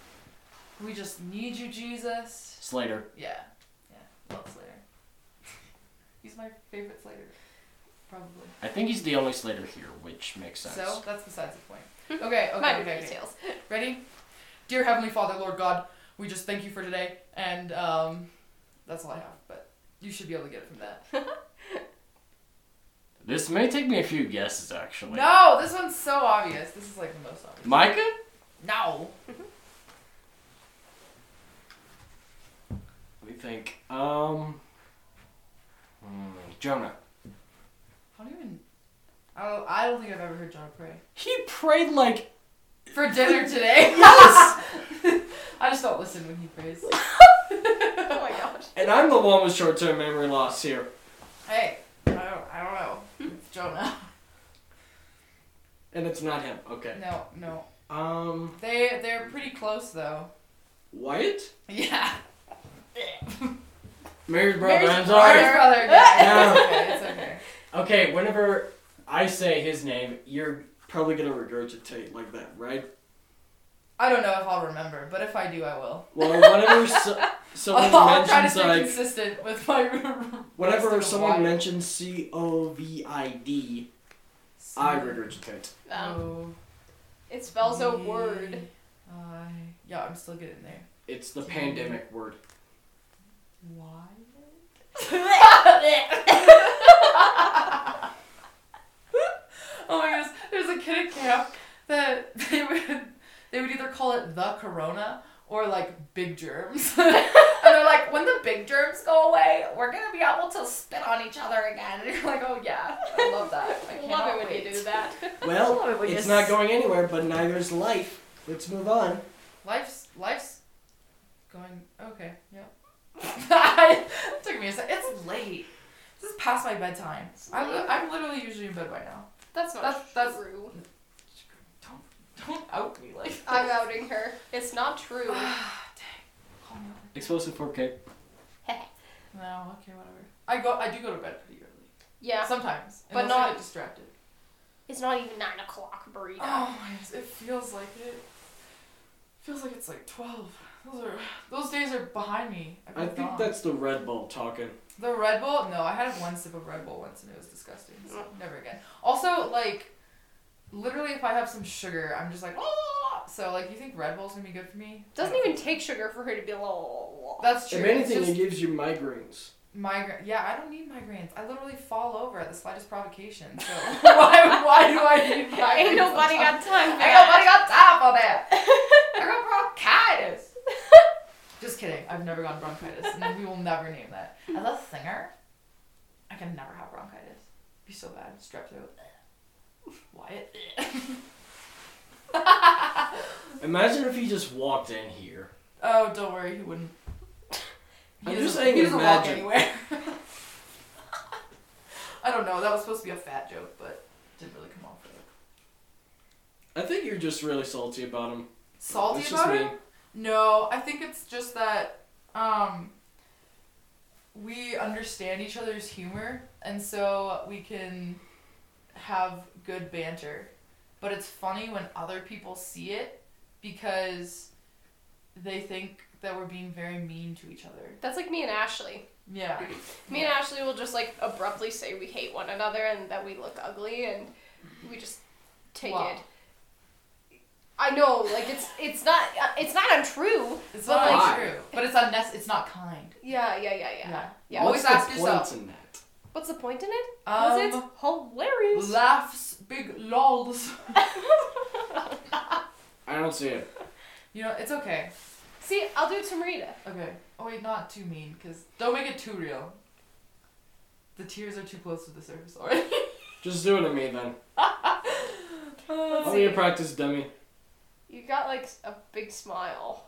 Speaker 2: We just need you, Jesus.
Speaker 1: Slater.
Speaker 2: Yeah, yeah. Love Slater. He's my favorite Slater, probably.
Speaker 1: I think he's the only Slater here, which makes sense.
Speaker 2: So that's besides the point. Okay, okay,
Speaker 3: Minor
Speaker 2: okay, okay.
Speaker 3: details.
Speaker 2: Ready? Dear Heavenly Father, Lord God, we just thank you for today, and um, that's all I have. But you should be able to get it from that.
Speaker 1: This may take me a few guesses, actually.
Speaker 2: No, this one's so obvious. This is like the most obvious.
Speaker 1: Micah?
Speaker 2: No.
Speaker 1: We think. Um. hmm, Jonah.
Speaker 2: I don't even. I don't, I don't think I've ever heard John pray
Speaker 1: He prayed like.
Speaker 2: for dinner today.
Speaker 1: Yes!
Speaker 2: I just don't listen when he prays.
Speaker 3: Oh my gosh.
Speaker 1: and I'm the one with short term memory loss here.
Speaker 2: Hey, I don't, I don't know. It's Jonah.
Speaker 1: And it's not him. Okay.
Speaker 2: No, no.
Speaker 1: Um.
Speaker 2: They they're pretty close though.
Speaker 1: Wyatt?
Speaker 2: Yeah.
Speaker 1: Mary's brother.
Speaker 3: Mary's
Speaker 1: I'm
Speaker 2: Sorry,
Speaker 1: sorry.
Speaker 2: brother. Yeah,
Speaker 1: No.
Speaker 2: it's okay. It's okay.
Speaker 1: Okay, whenever I say his name, you're probably gonna regurgitate like that, right?
Speaker 2: I don't know if I'll remember, but if I do, I will.
Speaker 1: Well, whenever so- someone
Speaker 2: I'll try to
Speaker 1: mentions
Speaker 2: stay
Speaker 1: like.
Speaker 2: consistent with my.
Speaker 1: Whenever
Speaker 2: Rest of
Speaker 1: someone
Speaker 2: Hawaii.
Speaker 1: mentions C O V I D, I regurgitate.
Speaker 3: Um,
Speaker 2: Oh.
Speaker 3: it spells a word.
Speaker 2: I. Yeah, I'm still getting there.
Speaker 1: It's the pandemic word.
Speaker 2: Why? Oh my goodness, there's a kid at camp that they would they would either call it the corona or like big germs. and they're like, when the big germs go away, we're gonna be able to spit on each other again. And you're like, oh yeah, I love that. I
Speaker 3: I
Speaker 2: cannot
Speaker 3: love it when
Speaker 2: wait.
Speaker 3: you do that.
Speaker 1: Well,
Speaker 3: Lord, we
Speaker 1: it's
Speaker 3: just-
Speaker 1: not going anywhere, but neither is life. Let's move on.
Speaker 2: Life's life's going okay. Yep. it took me a sec. It's late. This is past my bedtime. I'm, li- I'm literally usually in bed by now.
Speaker 3: That's not
Speaker 2: That's- that's-
Speaker 3: true.
Speaker 2: Don't don't out me like.
Speaker 3: I'm outing her. It's not true.
Speaker 2: Call me out.
Speaker 1: Explosive 4K.
Speaker 2: No, okay, whatever. I go. I do go to bed pretty early.
Speaker 3: Yeah.
Speaker 2: Sometimes,
Speaker 3: But
Speaker 2: unless I
Speaker 3: not-
Speaker 2: get distracted.
Speaker 4: It's not even 9 o'clock, burrito.
Speaker 2: Oh, my goodness, it feels like it. Feels like it's like twelve. Those are those days are behind me. I've
Speaker 1: I
Speaker 2: moved
Speaker 1: think
Speaker 2: on.
Speaker 1: that's the Red Bull talking.
Speaker 2: the Red Bull. No, I had one sip of Red Bull once and it was disgusting. So
Speaker 3: Mm.
Speaker 2: never again. Also, like, literally, if I have some sugar, I'm just like, oh. So like, you think Red Bull's gonna be good for me?
Speaker 3: Doesn't even take sugar for her to be like.
Speaker 2: That's true.
Speaker 1: If
Speaker 2: It's
Speaker 1: anything,
Speaker 2: just-
Speaker 1: it gives you migraines.
Speaker 2: Migraine. Yeah, I don't need migraines. I literally fall over at the slightest provocation. So why, why do I need migraines?
Speaker 3: Ain't nobody
Speaker 2: sometimes?
Speaker 3: got time. for
Speaker 2: Ain't nobody got
Speaker 3: that.
Speaker 2: time for that. I got bronchitis. Just kidding. I've never gotten bronchitis, and we will never name that. As a singer, I can never have bronchitis. It'd be so bad. Strep throat. Ugh. Wyatt. Ugh.
Speaker 1: Imagine if he just walked in here.
Speaker 2: oh, don't worry. He wouldn't. He
Speaker 1: I'm
Speaker 2: doesn't-
Speaker 1: just saying
Speaker 2: He doesn't walk
Speaker 1: imagine.
Speaker 2: anywhere. I don't know. That was supposed to be a fat joke, but didn't really come off. Right.
Speaker 1: I think you're just really salty about him.
Speaker 2: salty
Speaker 1: That's just
Speaker 2: about
Speaker 1: me.
Speaker 2: it? No, I think it's just that um, we understand each other's humor, and so we can have good banter. But it's funny when other people see it because they think that we're being very mean to each other.
Speaker 3: That's like me and Ashley.
Speaker 2: Yeah.
Speaker 3: Me and Ashley will just like abruptly say we hate one another and that we look ugly and we just take
Speaker 2: Wow.
Speaker 3: it. I know, like it's it's not uh, it's not untrue.
Speaker 2: It's
Speaker 3: But,
Speaker 2: not
Speaker 1: like-
Speaker 2: true, but it's unnecessary. It's not kind.
Speaker 3: Yeah, yeah, yeah, yeah.
Speaker 2: Yeah.
Speaker 3: Yeah.
Speaker 2: Always
Speaker 1: What's
Speaker 2: ask
Speaker 1: the
Speaker 2: yourself.
Speaker 1: point in that?
Speaker 3: What's the point in it? Because
Speaker 2: Um,
Speaker 3: it's hilarious.
Speaker 2: laughs, big lols.
Speaker 1: I don't see it.
Speaker 2: You know, it's okay.
Speaker 3: See, I'll do it to Marita.
Speaker 2: Okay. Oh wait, not too mean, cause don't make it too real. The tears are too close to the surface already.
Speaker 1: Just do it to me then. I'll
Speaker 3: see.
Speaker 1: be a practice dummy.
Speaker 3: You got like a big smile.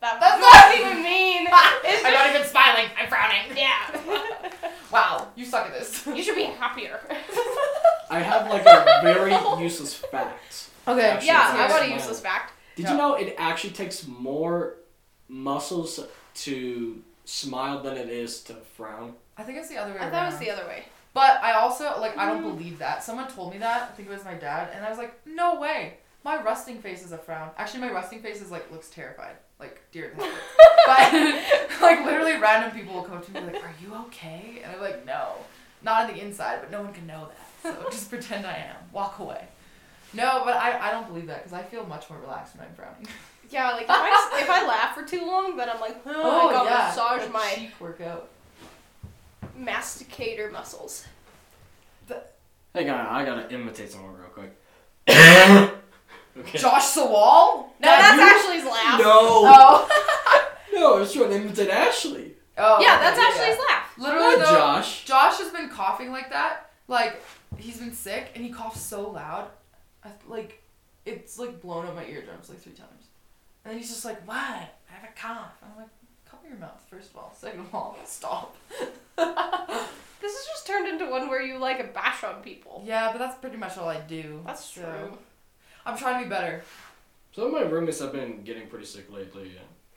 Speaker 3: That
Speaker 2: That's
Speaker 3: That's
Speaker 2: not-
Speaker 3: not even mean. It's
Speaker 2: I'm not even smiling. I'm frowning.
Speaker 3: yeah.
Speaker 2: Wow, you suck at this.
Speaker 3: you should be happier.
Speaker 1: I have like a very useless fact.
Speaker 2: Okay.
Speaker 1: Actually,
Speaker 3: yeah,
Speaker 1: it's
Speaker 3: I
Speaker 1: not
Speaker 3: want a
Speaker 1: smile.
Speaker 3: useless fact.
Speaker 1: Did
Speaker 2: Yeah.
Speaker 1: you know it actually takes more muscles to smile than it is to frown?
Speaker 2: I think it's the other way
Speaker 3: I
Speaker 2: around.
Speaker 3: thought it was the other way.
Speaker 2: But I also like I
Speaker 3: Mm.
Speaker 2: don't believe that. Someone told me that. I think it was my dad, and I was like, no way. My rusting face is a frown. Actually, my rusting face is like looks terrified, like deer in the headlights. But like literally, random people will come up to me and be like, "Are you okay?" And I'm like, "No, not on the inside, but no one can know that. So just pretend I am. Walk away." No, but I, I don't believe that because I feel much more relaxed when I'm frowning.
Speaker 3: Yeah, like if I, if I laugh for too long, then I'm like, oh, I gotta massage
Speaker 2: that
Speaker 3: my
Speaker 2: cheek workout.
Speaker 3: masticator muscles.
Speaker 1: Hang on, I gotta imitate someone real quick. okay.
Speaker 2: Josh Sawal?
Speaker 3: No,
Speaker 1: Dad,
Speaker 3: that's
Speaker 1: you-
Speaker 3: Ashley's laugh.
Speaker 1: No!
Speaker 2: Oh.
Speaker 1: No, I was trying to imitate Ashley.
Speaker 2: oh.
Speaker 3: yeah, that's
Speaker 2: okay,
Speaker 3: Ashley's laugh.
Speaker 2: Literally
Speaker 1: Not
Speaker 2: though,
Speaker 1: Josh.
Speaker 2: Josh has been coughing like that. Like he's been sick and he coughs so loud, I, th- like it's like blown up my eardrums like three times. And then he's just like, "What? I have a cough." And I'm like, "Cover your mouth first of all. Second of all, stop." yeah,
Speaker 3: This has just turned into one where you like bash on people.
Speaker 2: but that's pretty much all I do.
Speaker 3: That's
Speaker 2: so-
Speaker 3: true.
Speaker 2: I'm trying to be better.
Speaker 1: Some of my roommates have been getting pretty sick lately.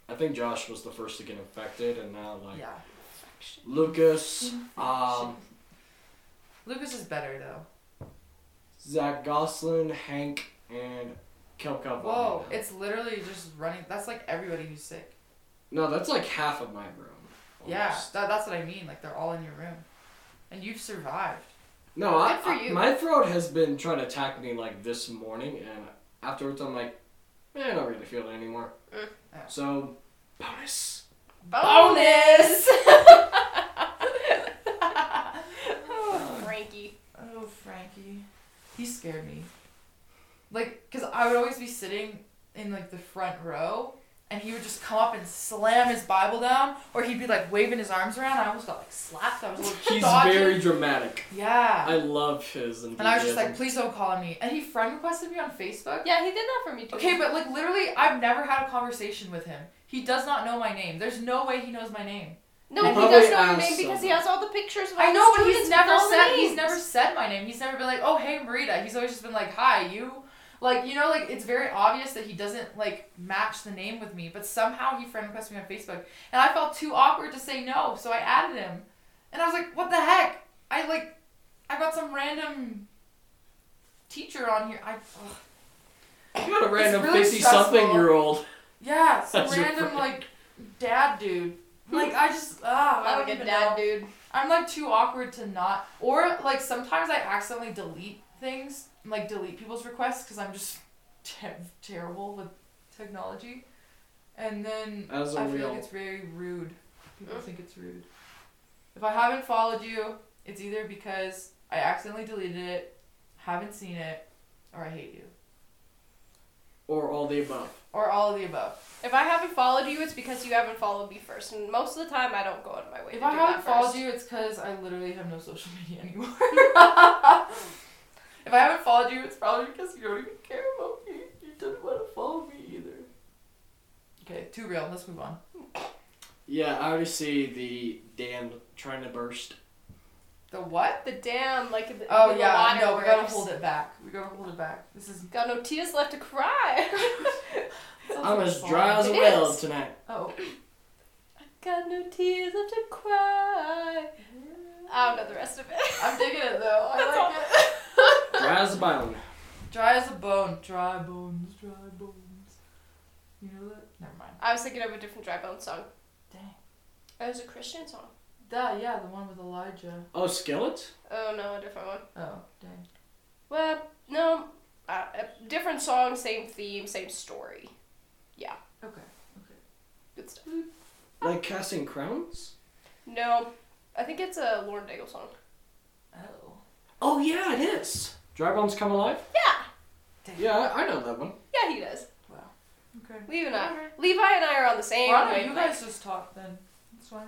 Speaker 1: I think Josh was the first to get infected, and now, like,
Speaker 2: Yeah, Mm-hmm.
Speaker 1: Lucas, um,
Speaker 2: Lucas is better though.
Speaker 1: Zach Goslin, Hank, and Kelka
Speaker 2: Whoa, it's literally just running. That's like everybody who's sick.
Speaker 1: No, that's like half of my room.
Speaker 2: Yeah,
Speaker 1: almost.
Speaker 2: that, that's what I mean. Like they're all in your room, and you've survived.
Speaker 1: No, I,
Speaker 3: Good for
Speaker 1: I-
Speaker 3: you.
Speaker 1: my throat has been trying to attack me like this morning, and afterwards I'm like, eh, I don't really feel it anymore.
Speaker 3: Mm.
Speaker 2: Oh.
Speaker 1: So, bonus.
Speaker 3: Bonus.
Speaker 2: Oh,
Speaker 3: Frankie.
Speaker 2: Oh, Frankie. He scared me. Like, because I would always be sitting in, like, the front row, and he would just come up and slam his Bible down, or he'd be, like, waving his arms around. I almost got, like, slapped. I was like,
Speaker 1: He's
Speaker 2: dodging.
Speaker 1: very dramatic.
Speaker 2: Yeah.
Speaker 1: I love his.
Speaker 2: and I was just like, please don't call on me. And he friend requested me on Facebook.
Speaker 3: Yeah, he did that for me too.
Speaker 2: Okay, but, like, literally, I've never had a conversation with him. He does not know my name. There's no way he knows my name.
Speaker 4: No,
Speaker 1: He
Speaker 4: he
Speaker 1: probably
Speaker 4: does know your
Speaker 1: asked
Speaker 4: name because he
Speaker 1: someone.
Speaker 4: has all the pictures. Of all
Speaker 2: I know,
Speaker 4: the
Speaker 2: but he's
Speaker 4: students
Speaker 2: never
Speaker 4: with all the
Speaker 2: said he's
Speaker 4: names.
Speaker 2: never said my name. He's never been like, oh hey Marita. He's always just been like, hi you. Like you know, like it's very obvious that he doesn't like match the name with me. But somehow he friend requested me on Facebook, and I felt too awkward to say no, so I added him. And I was like, what the heck? I like, I got some random teacher on here. I. Ugh.
Speaker 1: You got a random
Speaker 2: really
Speaker 1: fifty something
Speaker 2: stressful.
Speaker 1: year old.
Speaker 2: Yeah, some
Speaker 1: That's your
Speaker 2: random
Speaker 1: friend.
Speaker 2: like dad dude. Like I just ah, I
Speaker 3: Love
Speaker 2: don't
Speaker 3: a good
Speaker 2: even
Speaker 3: dad,
Speaker 2: know.
Speaker 3: dude.
Speaker 2: I'm like too awkward to not, or like sometimes I accidentally delete things, like delete people's requests because I'm just te- terrible with technology, and then I
Speaker 1: As a
Speaker 2: feel
Speaker 1: real-
Speaker 2: like it's very rude. People think it's rude. If I haven't followed you, it's either because I accidentally deleted it, haven't seen it, or I hate you,
Speaker 1: Or all the above.
Speaker 2: or all of the above.
Speaker 3: If I haven't followed you, it's because you haven't followed me first, and most of the time I don't go out of my way.
Speaker 2: If
Speaker 3: to
Speaker 2: I
Speaker 3: do
Speaker 2: haven't
Speaker 3: that
Speaker 2: followed
Speaker 3: first.
Speaker 2: you, it's because I literally have no social media anymore. if I haven't followed you, it's probably because you don't even care about me. You didn't want to follow me either. Okay, too real. Let's move on.
Speaker 1: Yeah, I already see the dam trying to burst.
Speaker 2: The what?
Speaker 3: the dam, like the,
Speaker 2: Oh
Speaker 3: the
Speaker 2: yeah,
Speaker 3: water
Speaker 2: no, we gotta
Speaker 3: works.
Speaker 2: hold it back. We gotta hold it back. This is.
Speaker 3: Got no tears left to cry.
Speaker 2: sounds
Speaker 1: I'm
Speaker 2: like
Speaker 1: as
Speaker 2: song.
Speaker 1: dry as a
Speaker 3: It
Speaker 1: well
Speaker 3: is.
Speaker 1: tonight.
Speaker 2: Oh,
Speaker 3: Got no tears left to cry. I don't know the rest of it.
Speaker 2: I'm digging it though. I
Speaker 3: That's
Speaker 2: like it.
Speaker 1: Dry as a bone.
Speaker 2: Dry as a bone. Dry bones. Dry bones. You know that? Never mind.
Speaker 3: I was thinking of a different Dry Bones song.
Speaker 2: Dang.
Speaker 3: It was a Christian song.
Speaker 2: That yeah, the one with Elijah.
Speaker 1: Oh, skillet?
Speaker 3: Oh no, a different one.
Speaker 2: Oh dang.
Speaker 3: Well, no, uh, a different song, same theme, same story.
Speaker 2: Okay.
Speaker 3: Good stuff.
Speaker 1: Like casting crowns?
Speaker 3: No, I think it's a Lauren Daigle song.
Speaker 2: Oh.
Speaker 1: Oh yeah, it is. Dry bones come alive?
Speaker 3: Yeah,
Speaker 1: Yeah, I, I know that one.
Speaker 3: yeah, he does.
Speaker 2: Okay.
Speaker 3: Levi and I, Levi and I are on the same
Speaker 2: Why don't you
Speaker 3: wavelength.
Speaker 2: guys just talk then? That's fine.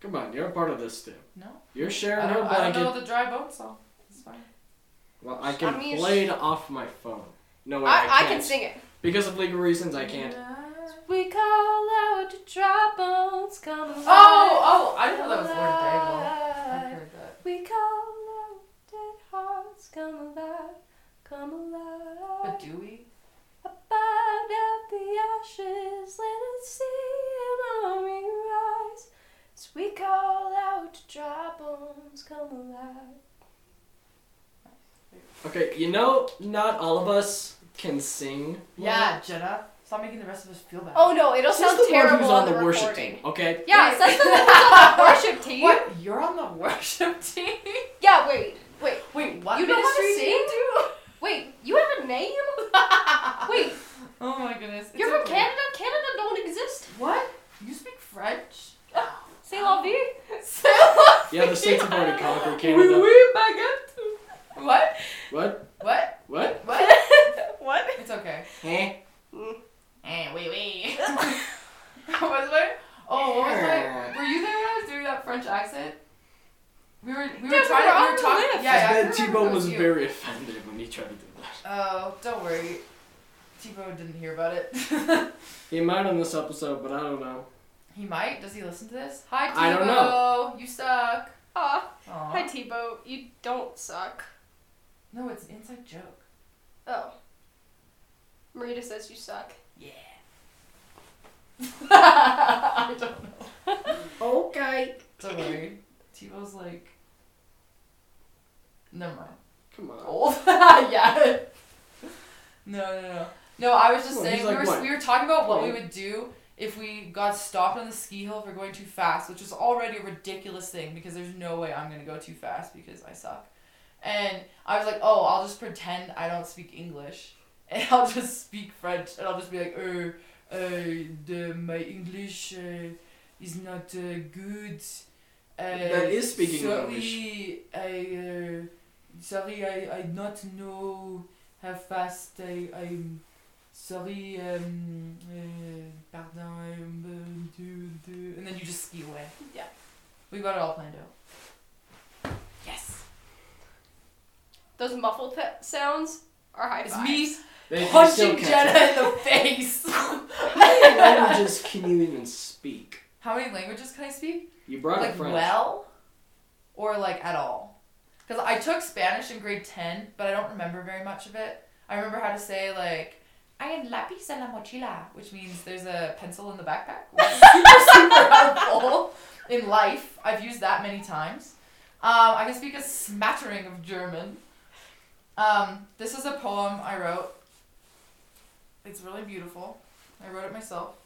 Speaker 1: Come on, you're a part of this too.
Speaker 2: No.
Speaker 1: You're sharing
Speaker 2: I
Speaker 1: her
Speaker 2: don't, I
Speaker 1: blanket.
Speaker 2: don't know the dry bone song. It's fine.
Speaker 1: Well, I can
Speaker 3: I mean,
Speaker 1: play it off my phone. No way,
Speaker 3: I,
Speaker 1: I,
Speaker 3: I
Speaker 1: can't.
Speaker 3: can sing it.
Speaker 1: Because of legal reasons, I can't.
Speaker 3: We call out to dry bones, come
Speaker 2: Oh, oh, I didn't know that was Lauren Daigle. I
Speaker 3: alive.
Speaker 2: heard that.
Speaker 3: We call out dead hearts, come alive, come alive.
Speaker 2: But do we?
Speaker 3: About out the ashes, let us see an army rise. As we call out to dry bones, come alive.
Speaker 1: Okay, you know, not all of us can sing.
Speaker 2: Yeah, Jenna. Stop making the rest of us feel bad.
Speaker 3: Oh no, it'll
Speaker 1: Who's
Speaker 3: sound
Speaker 1: the one
Speaker 3: terrible
Speaker 1: who's
Speaker 3: on
Speaker 1: on
Speaker 3: the,
Speaker 1: worship
Speaker 3: recording.
Speaker 1: team? Okay.
Speaker 3: Yeah, it says the one who's on the worship team.
Speaker 2: What? You're on the worship team?
Speaker 3: Yeah, wait, wait,
Speaker 2: Wait, what
Speaker 3: You know how to
Speaker 2: ministry do you
Speaker 3: sing?
Speaker 2: do?
Speaker 3: wait. You have a name? Wait,
Speaker 2: Oh my goodness. It's
Speaker 3: you're from
Speaker 2: okay.
Speaker 3: Canada. Canada don't exist.
Speaker 2: What? You speak French?
Speaker 3: C'est la vie.
Speaker 2: C'est la
Speaker 1: Yeah, the states have
Speaker 2: vie.
Speaker 1: already conquered
Speaker 2: Oui,
Speaker 1: Canada.
Speaker 2: oui, baguette. What?
Speaker 1: What?
Speaker 2: What?
Speaker 1: What?
Speaker 2: What?
Speaker 3: what?
Speaker 2: It's okay.
Speaker 1: Eh?
Speaker 2: Eh, wee wee. what was my? Oh, what was my? Were you there when I was doing that French accent? We were we were
Speaker 3: Yeah, we
Speaker 2: trying
Speaker 3: were
Speaker 2: to we
Speaker 3: on
Speaker 2: were
Speaker 3: the
Speaker 2: talking.
Speaker 3: lift.
Speaker 2: Yeah, yeah.
Speaker 1: I
Speaker 2: I
Speaker 1: bet
Speaker 2: couldn't remember if
Speaker 1: T-Bone
Speaker 2: it
Speaker 1: was
Speaker 2: you.
Speaker 1: very offended when he tried to do that.
Speaker 2: Oh, don't worry. T-Bone didn't hear about it.
Speaker 1: He might on this episode, but I don't know.
Speaker 2: he might. Does he listen to this? Hi, T-Bone.
Speaker 1: I don't know.
Speaker 2: You suck.
Speaker 3: Aw,
Speaker 2: Aw.
Speaker 3: hi Tebow. You don't suck.
Speaker 2: No, it's an inside joke.
Speaker 3: Oh. Marita says you suck.
Speaker 2: Yeah. I don't know.
Speaker 1: Okay.
Speaker 2: Don't worry. T-Bone's like. Never mind.
Speaker 1: Come
Speaker 3: Oh.
Speaker 1: on.
Speaker 2: old. yeah. No, no, no. No, I was just
Speaker 1: Well,
Speaker 2: saying
Speaker 1: he's
Speaker 2: we
Speaker 1: like,
Speaker 2: were
Speaker 1: what,
Speaker 2: we were talking about what we
Speaker 1: 20?
Speaker 2: would do if we got stopped on the ski hill for going too fast, which is already a ridiculous thing because there's no way I'm gonna go too fast because I suck. And I was like, oh, I'll just pretend I don't speak English and I'll just speak French and I'll just be like, er, uh, the, my English uh, is not uh, good. Uh,
Speaker 1: That is speaking
Speaker 2: sorry,
Speaker 1: English.
Speaker 2: I, uh, sorry, I, I not know how fast I, I'm. Sorry, um, uh, pardon, um, uh, do, do. And then you just ski away.
Speaker 3: Yeah.
Speaker 2: We got it all planned out. Yes.
Speaker 3: Those muffled pe- sounds are high
Speaker 2: It's
Speaker 3: fives.
Speaker 2: me
Speaker 1: They- they still
Speaker 2: punching
Speaker 1: catch
Speaker 2: Jenna
Speaker 1: up.
Speaker 2: in the face.
Speaker 1: How many languages can you even speak?
Speaker 2: How many languages can I speak?
Speaker 1: You brought
Speaker 2: like
Speaker 1: up French.
Speaker 2: well, or like at all? Because I took Spanish in grade ten, but I don't remember very much of it. I remember how to say like. I am lápiz en la mochila, which means there's a pencil in the backpack. Which is super, super helpful in life. I've used that many times. Um, I can speak a smattering of German. Um, this is a poem I wrote. It's really beautiful. I wrote it myself.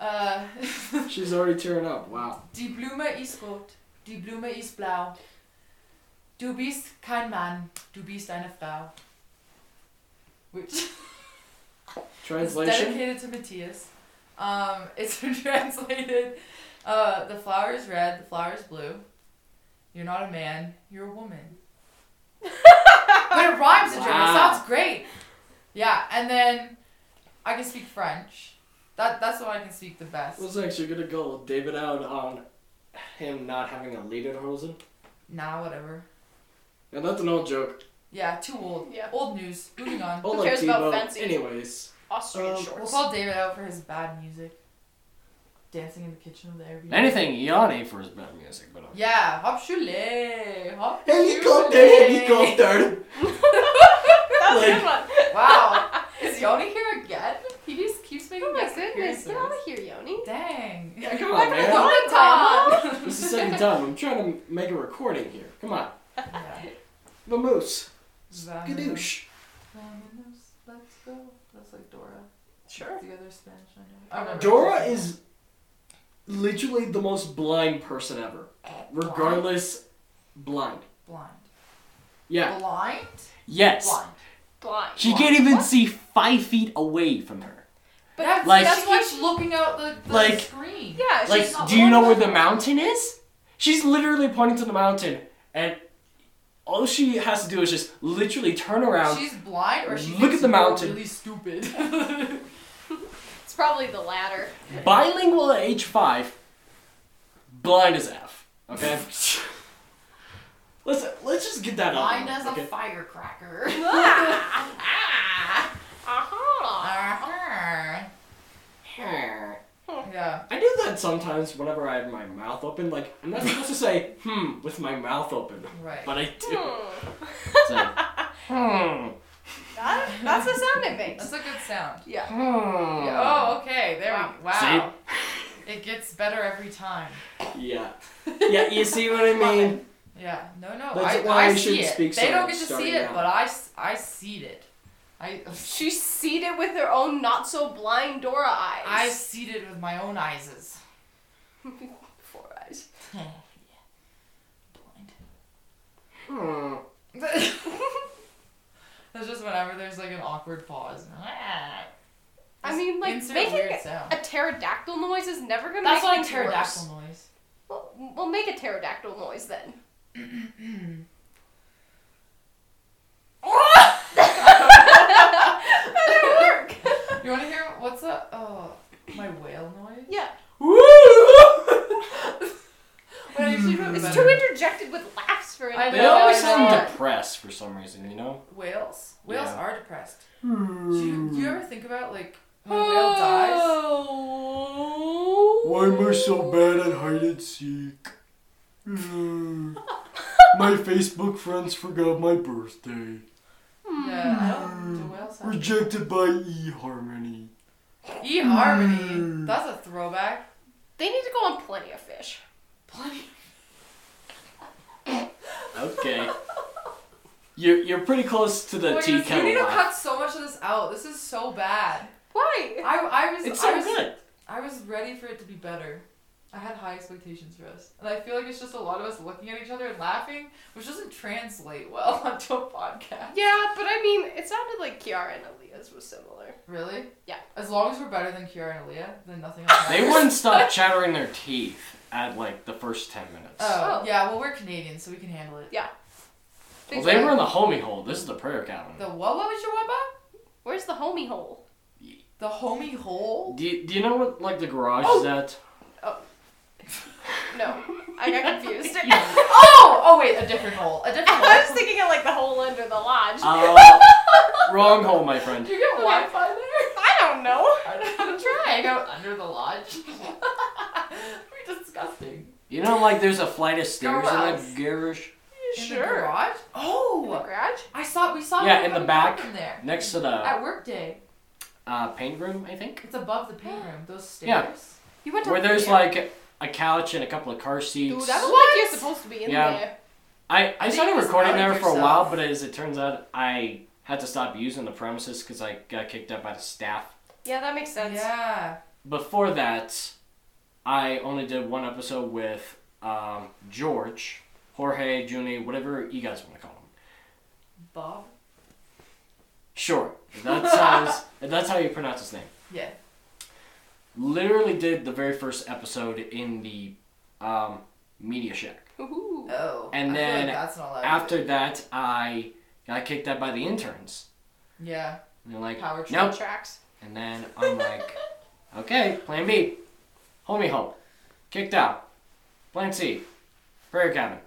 Speaker 2: Uh,
Speaker 1: She's already tearing up. Wow.
Speaker 2: Die Blume ist rot, die Blume ist blau. Du bist kein Mann, du bist eine Frau. Which is
Speaker 1: Translation.
Speaker 2: dedicated to Matthias. Um, it's translated uh, The flower is red, the flower is blue. You're not a man, you're a woman. but it rhymes in German. It
Speaker 1: Wow.
Speaker 2: sounds great. Yeah, and then I can speak French. That, that's what I can speak the best.
Speaker 1: What's next? You're gonna go with David out on him not having a Lederhosen.
Speaker 2: Nah, whatever.
Speaker 1: And that's an old joke.
Speaker 2: Yeah, too old.
Speaker 3: Yeah.
Speaker 2: Old news. Moving on.
Speaker 1: Old
Speaker 3: Who
Speaker 1: like
Speaker 3: cares about
Speaker 1: Tebow.
Speaker 3: fancy?
Speaker 1: Anyways,
Speaker 3: Austrian
Speaker 1: Um,
Speaker 2: We'll
Speaker 3: shorts.
Speaker 2: call David out for his bad music. Dancing in the kitchen of the Airbnb.
Speaker 1: anything Yanni for his bad music, but. uh,
Speaker 2: Yeah, hop chule, hop
Speaker 1: Helicopter,
Speaker 2: chule.
Speaker 1: helicopter.
Speaker 3: That was a
Speaker 1: Like-
Speaker 3: good one.
Speaker 2: Wow, is Yoni here again? He just keeps making
Speaker 3: Oh my
Speaker 2: guest
Speaker 3: goodness, get out
Speaker 2: appearances.
Speaker 3: of here, Yoni.
Speaker 2: Dang.
Speaker 1: Yeah, come on, man.
Speaker 2: Go
Speaker 3: Hi,
Speaker 2: with Tom.
Speaker 1: This is the second time. I'm trying to make a recording here. Come on.
Speaker 2: Yeah.
Speaker 1: The moose.
Speaker 3: Uh,
Speaker 2: Vamoose,
Speaker 1: Gadoosh.
Speaker 2: vamoose, Let's go. That's like Dora.
Speaker 3: Sure.
Speaker 2: The other Spanish I know. I remember.
Speaker 1: Dora is literally the most blind person ever. Regardless, blind.
Speaker 2: Blind.
Speaker 1: Yeah.
Speaker 2: Blind.
Speaker 1: Yes.
Speaker 2: Blind.
Speaker 4: Blind.
Speaker 1: She can't even see five feet away from her.
Speaker 2: But that's,
Speaker 1: Like-
Speaker 2: that's why she's looking out the, the
Speaker 1: Like-
Speaker 2: screen.
Speaker 3: Yeah, she's
Speaker 1: Like,
Speaker 3: not
Speaker 1: do you
Speaker 3: one
Speaker 1: know
Speaker 3: of
Speaker 1: where
Speaker 3: them.
Speaker 1: the mountain is? She's literally pointing to the mountain, and all she has to do is just literally turn around.
Speaker 2: She's blind, or she
Speaker 1: Look
Speaker 2: thinks
Speaker 1: at the
Speaker 2: we're
Speaker 1: mountain.
Speaker 2: Really stupid.
Speaker 3: It's probably the latter.
Speaker 1: Bilingual at age five, blind as F. Okay? let's, let's just get that
Speaker 2: blind
Speaker 1: out.
Speaker 2: as a
Speaker 1: okay?
Speaker 2: firecracker.
Speaker 4: Ah, uh-huh.
Speaker 2: yeah.
Speaker 1: I do that sometimes whenever I have my mouth open. Like, I'm not supposed to say, hmm, with my mouth open.
Speaker 2: Right.
Speaker 1: But I do.
Speaker 4: Hmm.
Speaker 1: So, hmm.
Speaker 3: That, that's the sound it makes.
Speaker 2: That's a good sound.
Speaker 3: Yeah.
Speaker 1: Hmm.
Speaker 2: Oh, okay. There
Speaker 3: Wow.
Speaker 2: we Wow. It gets better every time.
Speaker 1: Yeah. Yeah, you see what I mean?
Speaker 2: Yeah. No, no.
Speaker 1: That's
Speaker 2: I,
Speaker 1: why
Speaker 2: I
Speaker 1: we
Speaker 2: see
Speaker 1: shouldn't
Speaker 2: it.
Speaker 1: speak so
Speaker 2: they don't
Speaker 1: much
Speaker 2: get to see
Speaker 1: starting
Speaker 2: it,
Speaker 1: out.
Speaker 2: but I, s- I seed it. I,
Speaker 3: She seated with her own not so blind Dora eyes.
Speaker 2: I seed it with my own eyes.
Speaker 3: Four eyes.
Speaker 2: Blind.
Speaker 1: Hmm.
Speaker 2: That's just whenever there's like an awkward pause. Ah,
Speaker 3: I mean, like,
Speaker 2: Insert
Speaker 3: making
Speaker 2: weird
Speaker 3: a-
Speaker 2: sound.
Speaker 3: A pterodactyl noise is never gonna
Speaker 2: That's
Speaker 3: make
Speaker 2: like
Speaker 3: things worse.
Speaker 2: pterodactyl noise.
Speaker 3: Well, we'll make a pterodactyl noise then. That didn't work.
Speaker 2: You want to hear what's a oh my whale noise?
Speaker 3: yeah,
Speaker 2: Wait, I actually wrote
Speaker 3: it's
Speaker 2: better.
Speaker 3: too interjected with laughs for
Speaker 2: I
Speaker 3: anything.
Speaker 1: They
Speaker 2: know,
Speaker 1: always
Speaker 2: I
Speaker 1: sound
Speaker 2: know.
Speaker 1: depressed for some reason, you know?
Speaker 2: Whales. Whales
Speaker 1: Yeah.
Speaker 2: are depressed. Do you, do you ever think about like when a whale
Speaker 3: Hmm.
Speaker 2: dies?
Speaker 3: Oh.
Speaker 1: Why am I so bad at hide and seek? Hmm. my Facebook friends forgot my birthday.
Speaker 2: Yeah, I don't. Do whales have?
Speaker 1: Rejected by eHarmony.
Speaker 2: E
Speaker 1: Hmm.
Speaker 2: harmony. That's a throwback.
Speaker 3: They need to go on plenty of fish.
Speaker 2: Plenty.
Speaker 1: Okay. You're, you're pretty close to the
Speaker 2: Oh my
Speaker 1: tea
Speaker 2: goodness, you
Speaker 1: kettle.
Speaker 2: need to
Speaker 1: line.
Speaker 2: cut so much of this out. This is so bad.
Speaker 3: Why?
Speaker 2: I, I was
Speaker 1: It's
Speaker 2: I
Speaker 1: so
Speaker 2: was,
Speaker 1: good.
Speaker 2: I was ready for it to be better. I had high expectations for us, and I feel like it's just a lot of us looking at each other and laughing, which doesn't translate well onto a podcast.
Speaker 3: Yeah, but I mean, it sounded like Kiara and Aaliyah's was similar.
Speaker 2: Really?
Speaker 3: Yeah.
Speaker 2: As long as we're better than Kiara and Aaliyah, then nothing else matters.
Speaker 1: They wouldn't stop chattering their teeth at like the first 10 minutes.
Speaker 2: Oh,
Speaker 3: Oh.
Speaker 2: yeah, well, we're Canadians, so we can handle it.
Speaker 3: Yeah.
Speaker 1: well, they were in the homie hole. This is the prayer cabin.
Speaker 2: The what? What was your what about?
Speaker 3: Where's the homie hole?
Speaker 2: The homie hole?
Speaker 1: Do you, do you know what like the garage
Speaker 2: Oh.
Speaker 1: is at?
Speaker 3: No, I got confused.
Speaker 2: oh! Oh, wait, a different hole. A different
Speaker 3: I was
Speaker 2: hole.
Speaker 3: thinking of like the hole under the lodge.
Speaker 1: Uh, wrong hole, my friend.
Speaker 2: Do you get Wi Fi there?
Speaker 3: I don't know.
Speaker 2: I don't know how to try. I go under the lodge.
Speaker 1: know, like there's a flight of stairs in
Speaker 3: Garage.
Speaker 1: that garage
Speaker 2: In the
Speaker 4: Sure.
Speaker 2: garage?
Speaker 3: In the
Speaker 2: Oh!
Speaker 3: garage?
Speaker 2: I saw, we saw
Speaker 1: Yeah,
Speaker 2: one
Speaker 1: in the
Speaker 2: coming
Speaker 1: back.
Speaker 2: From there.
Speaker 1: next to the
Speaker 2: At workday.
Speaker 1: uh, paint room, I think,
Speaker 2: It's above the paint room, those stairs.
Speaker 1: Yeah.
Speaker 3: You went to
Speaker 1: where there's like a couch and a couple of car seats.
Speaker 3: Dude, I don't
Speaker 2: What?
Speaker 3: think you're supposed to be in
Speaker 1: Yeah.
Speaker 3: there.
Speaker 1: I, I
Speaker 2: I think
Speaker 1: started
Speaker 2: you just
Speaker 1: recording
Speaker 2: outed
Speaker 1: there for a
Speaker 2: yourself.
Speaker 1: while, but as it turns out, I had to stop using the premises because I got kicked out by the staff.
Speaker 3: Yeah, that makes sense.
Speaker 2: Yeah.
Speaker 1: Before that, I only did one episode with um, George, Jorge, Junie, whatever you guys want to call him.
Speaker 2: Bob?
Speaker 1: Sure, if that sounds. if that's how you pronounce his name.
Speaker 2: Yeah.
Speaker 1: Literally did the very first episode in the um, media shack.
Speaker 3: Ooh.
Speaker 1: Uh,
Speaker 2: Oh.
Speaker 1: And
Speaker 2: I feel
Speaker 1: then
Speaker 2: like that's not allowed.
Speaker 1: After that, I got kicked out by the interns.
Speaker 2: Yeah.
Speaker 1: And they're like,
Speaker 2: Power
Speaker 1: nope,
Speaker 3: Tracks.
Speaker 1: And then I'm like, okay, plan B. Homie home. Kicked out. Plan C. Prayer cabin.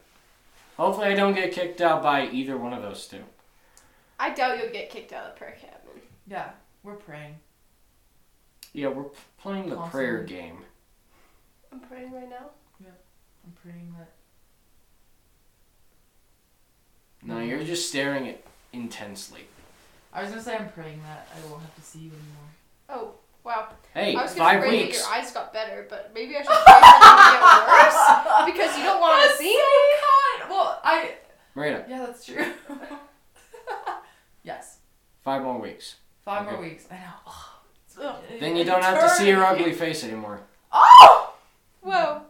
Speaker 1: Hopefully I don't get kicked out by either one of those two.
Speaker 3: I doubt you'll get kicked out of the prayer cabin.
Speaker 2: Yeah. We're praying.
Speaker 1: Yeah, we're p- playing the prayer
Speaker 2: Awesome.
Speaker 1: game.
Speaker 3: I'm praying right now.
Speaker 2: I'm praying that.
Speaker 1: No,
Speaker 3: Mm-hmm.
Speaker 1: you're just staring at intensely.
Speaker 2: I was gonna say I'm praying that I won't have to see you anymore.
Speaker 3: Oh, wow.
Speaker 1: Hey,
Speaker 3: I was gonna
Speaker 1: five
Speaker 3: pray that
Speaker 1: weeks.
Speaker 3: your eyes got better, but maybe I should pray that they get worse because you don't want to
Speaker 2: That's
Speaker 3: see
Speaker 2: so
Speaker 3: me.
Speaker 2: kind. Well, I.
Speaker 1: Marina,
Speaker 2: Yeah, that's true. yes.
Speaker 1: five more weeks.
Speaker 2: Five more
Speaker 1: Okay.
Speaker 2: weeks. I know. Oh, it's been
Speaker 1: Then you don't have to see her
Speaker 2: eternity.
Speaker 1: ugly face anymore.
Speaker 2: Oh!
Speaker 3: Whoa.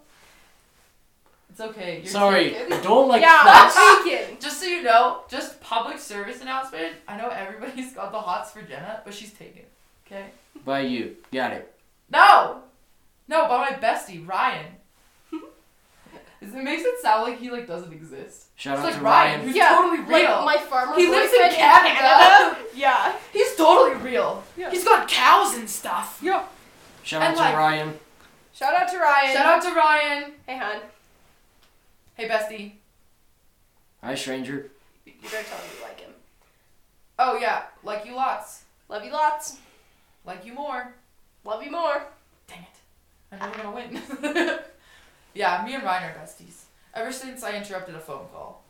Speaker 2: It's okay. You're
Speaker 1: Sorry,
Speaker 3: taken.
Speaker 1: don't like
Speaker 3: yeah,
Speaker 1: thoughts.
Speaker 3: I'm taken.
Speaker 2: Just so you know, just public service announcement. I know everybody's got the hots for Jenna, but she's taken. Okay.
Speaker 1: by you. Got it.
Speaker 2: No, no, by my bestie Ryan. it makes it sound like he like doesn't exist.
Speaker 1: Shout
Speaker 2: It's
Speaker 1: out
Speaker 2: like
Speaker 1: to
Speaker 2: Ryan,
Speaker 1: Ryan.
Speaker 2: who's
Speaker 3: Yeah,
Speaker 2: totally
Speaker 3: Like
Speaker 2: real.
Speaker 3: my farmer
Speaker 2: He lives in
Speaker 3: boyfriend
Speaker 2: Canada.
Speaker 3: yeah.
Speaker 2: He's totally real.
Speaker 3: Yeah.
Speaker 2: He's got cows and stuff.
Speaker 3: Yeah.
Speaker 1: Shout out
Speaker 2: and
Speaker 1: to
Speaker 2: like-
Speaker 1: Ryan.
Speaker 3: Shout out to Ryan.
Speaker 2: Shout out to Ryan.
Speaker 3: Hey, hon.
Speaker 2: Hey, bestie.
Speaker 1: Hi, stranger.
Speaker 3: You better tell him you like him.
Speaker 2: Oh yeah, like you lots,
Speaker 3: Love you lots.
Speaker 2: like you more.
Speaker 3: Love you more.
Speaker 2: Dang it, I'm never gonna win. yeah, me and Ryan are besties. Ever since I interrupted a phone call.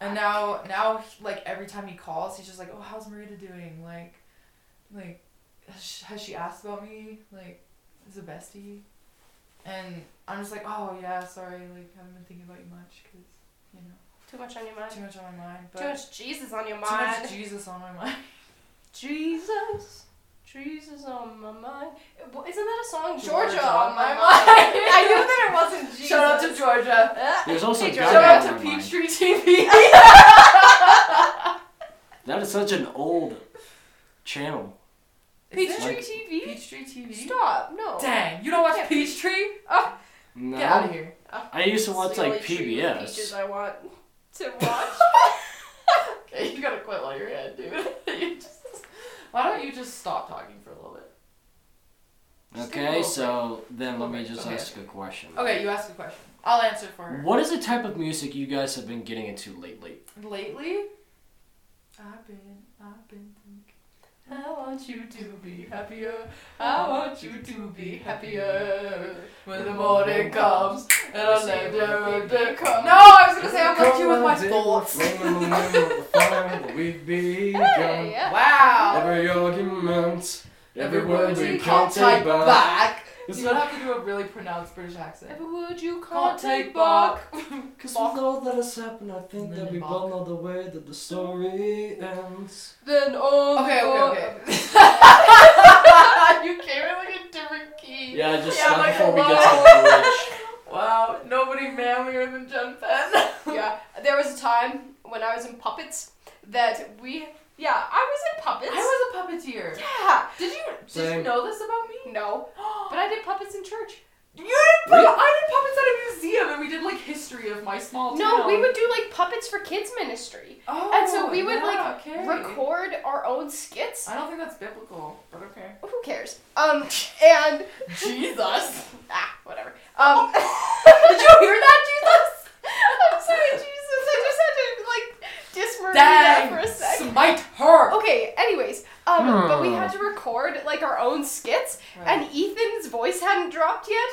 Speaker 2: And now, now, he- like every time he calls, he's just like, "Oh, how's Marita doing? Like, like, has sh- has she asked about me? Like, is a bestie?" And I'm just like, "Oh yeah, sorry. Like, haven't been thinking about you much, cause you know,
Speaker 3: Too much on your mind.
Speaker 2: too much on my mind, but
Speaker 3: Too much Jesus on your
Speaker 2: too
Speaker 3: mind.
Speaker 2: much Jesus on my mind."
Speaker 3: Jesus. Jesus on my mind. Well, Isn't that a song?
Speaker 2: Georgia
Speaker 3: Georgia, on
Speaker 2: on
Speaker 3: my
Speaker 2: my
Speaker 3: mind.
Speaker 2: mind.
Speaker 3: I knew that it wasn't Jesus.
Speaker 2: Shout out to Georgia.
Speaker 1: There's also
Speaker 3: Hey,
Speaker 1: God
Speaker 2: Shout
Speaker 1: on
Speaker 2: out
Speaker 1: my
Speaker 2: to
Speaker 1: mind.
Speaker 2: Peachtree TV.
Speaker 1: That is such an old channel.
Speaker 3: Peachtree
Speaker 1: Like-
Speaker 3: TV.
Speaker 2: Peachtree TV.
Speaker 3: Stop. No.
Speaker 2: Dang, you don't watch
Speaker 3: Can't be.
Speaker 2: Peachtree?
Speaker 3: Oh,
Speaker 1: No.
Speaker 2: Get out of here.
Speaker 1: I used to watch
Speaker 3: it's the only
Speaker 1: like
Speaker 3: tree with Peaches
Speaker 1: PBS.
Speaker 3: I want to watch.
Speaker 2: Okay, you gotta quit while you're ahead, dude. You just- why don't you just stop talking for a little bit? Just take a
Speaker 1: Okay,
Speaker 2: little
Speaker 1: so then let
Speaker 2: Little
Speaker 1: me
Speaker 2: break.
Speaker 1: just
Speaker 2: Okay,
Speaker 1: ask a question.
Speaker 2: Okay, you ask a question. I'll answer for her.
Speaker 1: What is the type of music you guys have been getting into lately?
Speaker 2: Lately, I've been, I've been thinking. I want you to be happier. I want you to be happier. When the morning comes and I let the day come. No, I was gonna say I'm like you with my thoughts.
Speaker 3: Hey, yeah.
Speaker 2: Wow.
Speaker 1: Every argument,
Speaker 2: Every word you can't take back. You don't have to do a really pronounced British accent.
Speaker 3: Every word you
Speaker 2: Can't
Speaker 3: can't,
Speaker 2: take back.
Speaker 1: Cause with all that has happened, I think that we
Speaker 2: Lindenbach.
Speaker 1: both know the way that the story ends.
Speaker 3: Then all
Speaker 2: Okay,
Speaker 3: the
Speaker 2: okay, okay. you came in like a different key.
Speaker 1: Yeah, just
Speaker 2: Yeah,
Speaker 1: stop
Speaker 2: like,
Speaker 1: before we get
Speaker 2: hello.
Speaker 1: to the bridge.
Speaker 2: Wow, nobody manlier than Jen Penn.
Speaker 3: yeah, there was a time when I was in puppets that we. Yeah, I was in puppets.
Speaker 2: I was a puppeteer.
Speaker 3: Yeah.
Speaker 2: Did you did you
Speaker 1: Same.
Speaker 2: know this about me?
Speaker 3: No, but
Speaker 2: but
Speaker 3: I did puppets in church.
Speaker 2: you did puppets. I did puppets at a museum, and we did like history of my small town.
Speaker 3: No, we would do like puppets for kids ministry.
Speaker 2: Oh,
Speaker 3: and so we
Speaker 2: yeah,
Speaker 3: would, like,
Speaker 2: okay.
Speaker 3: Record our own skits.
Speaker 2: I don't think that's biblical, but okay.
Speaker 3: Who cares? Um, and
Speaker 2: Jesus.
Speaker 3: ah, whatever. Um,
Speaker 2: Did you hear that, Jesus?
Speaker 3: I'm sorry, Jesus. I just had to like dismember that
Speaker 2: Dang.
Speaker 3: for a sec.
Speaker 2: Smite her.
Speaker 3: Okay, anyways, um, but we
Speaker 1: Hmm.
Speaker 3: had to record like our own skits,
Speaker 2: Right.
Speaker 3: and Ethan's voice hadn't dropped yet,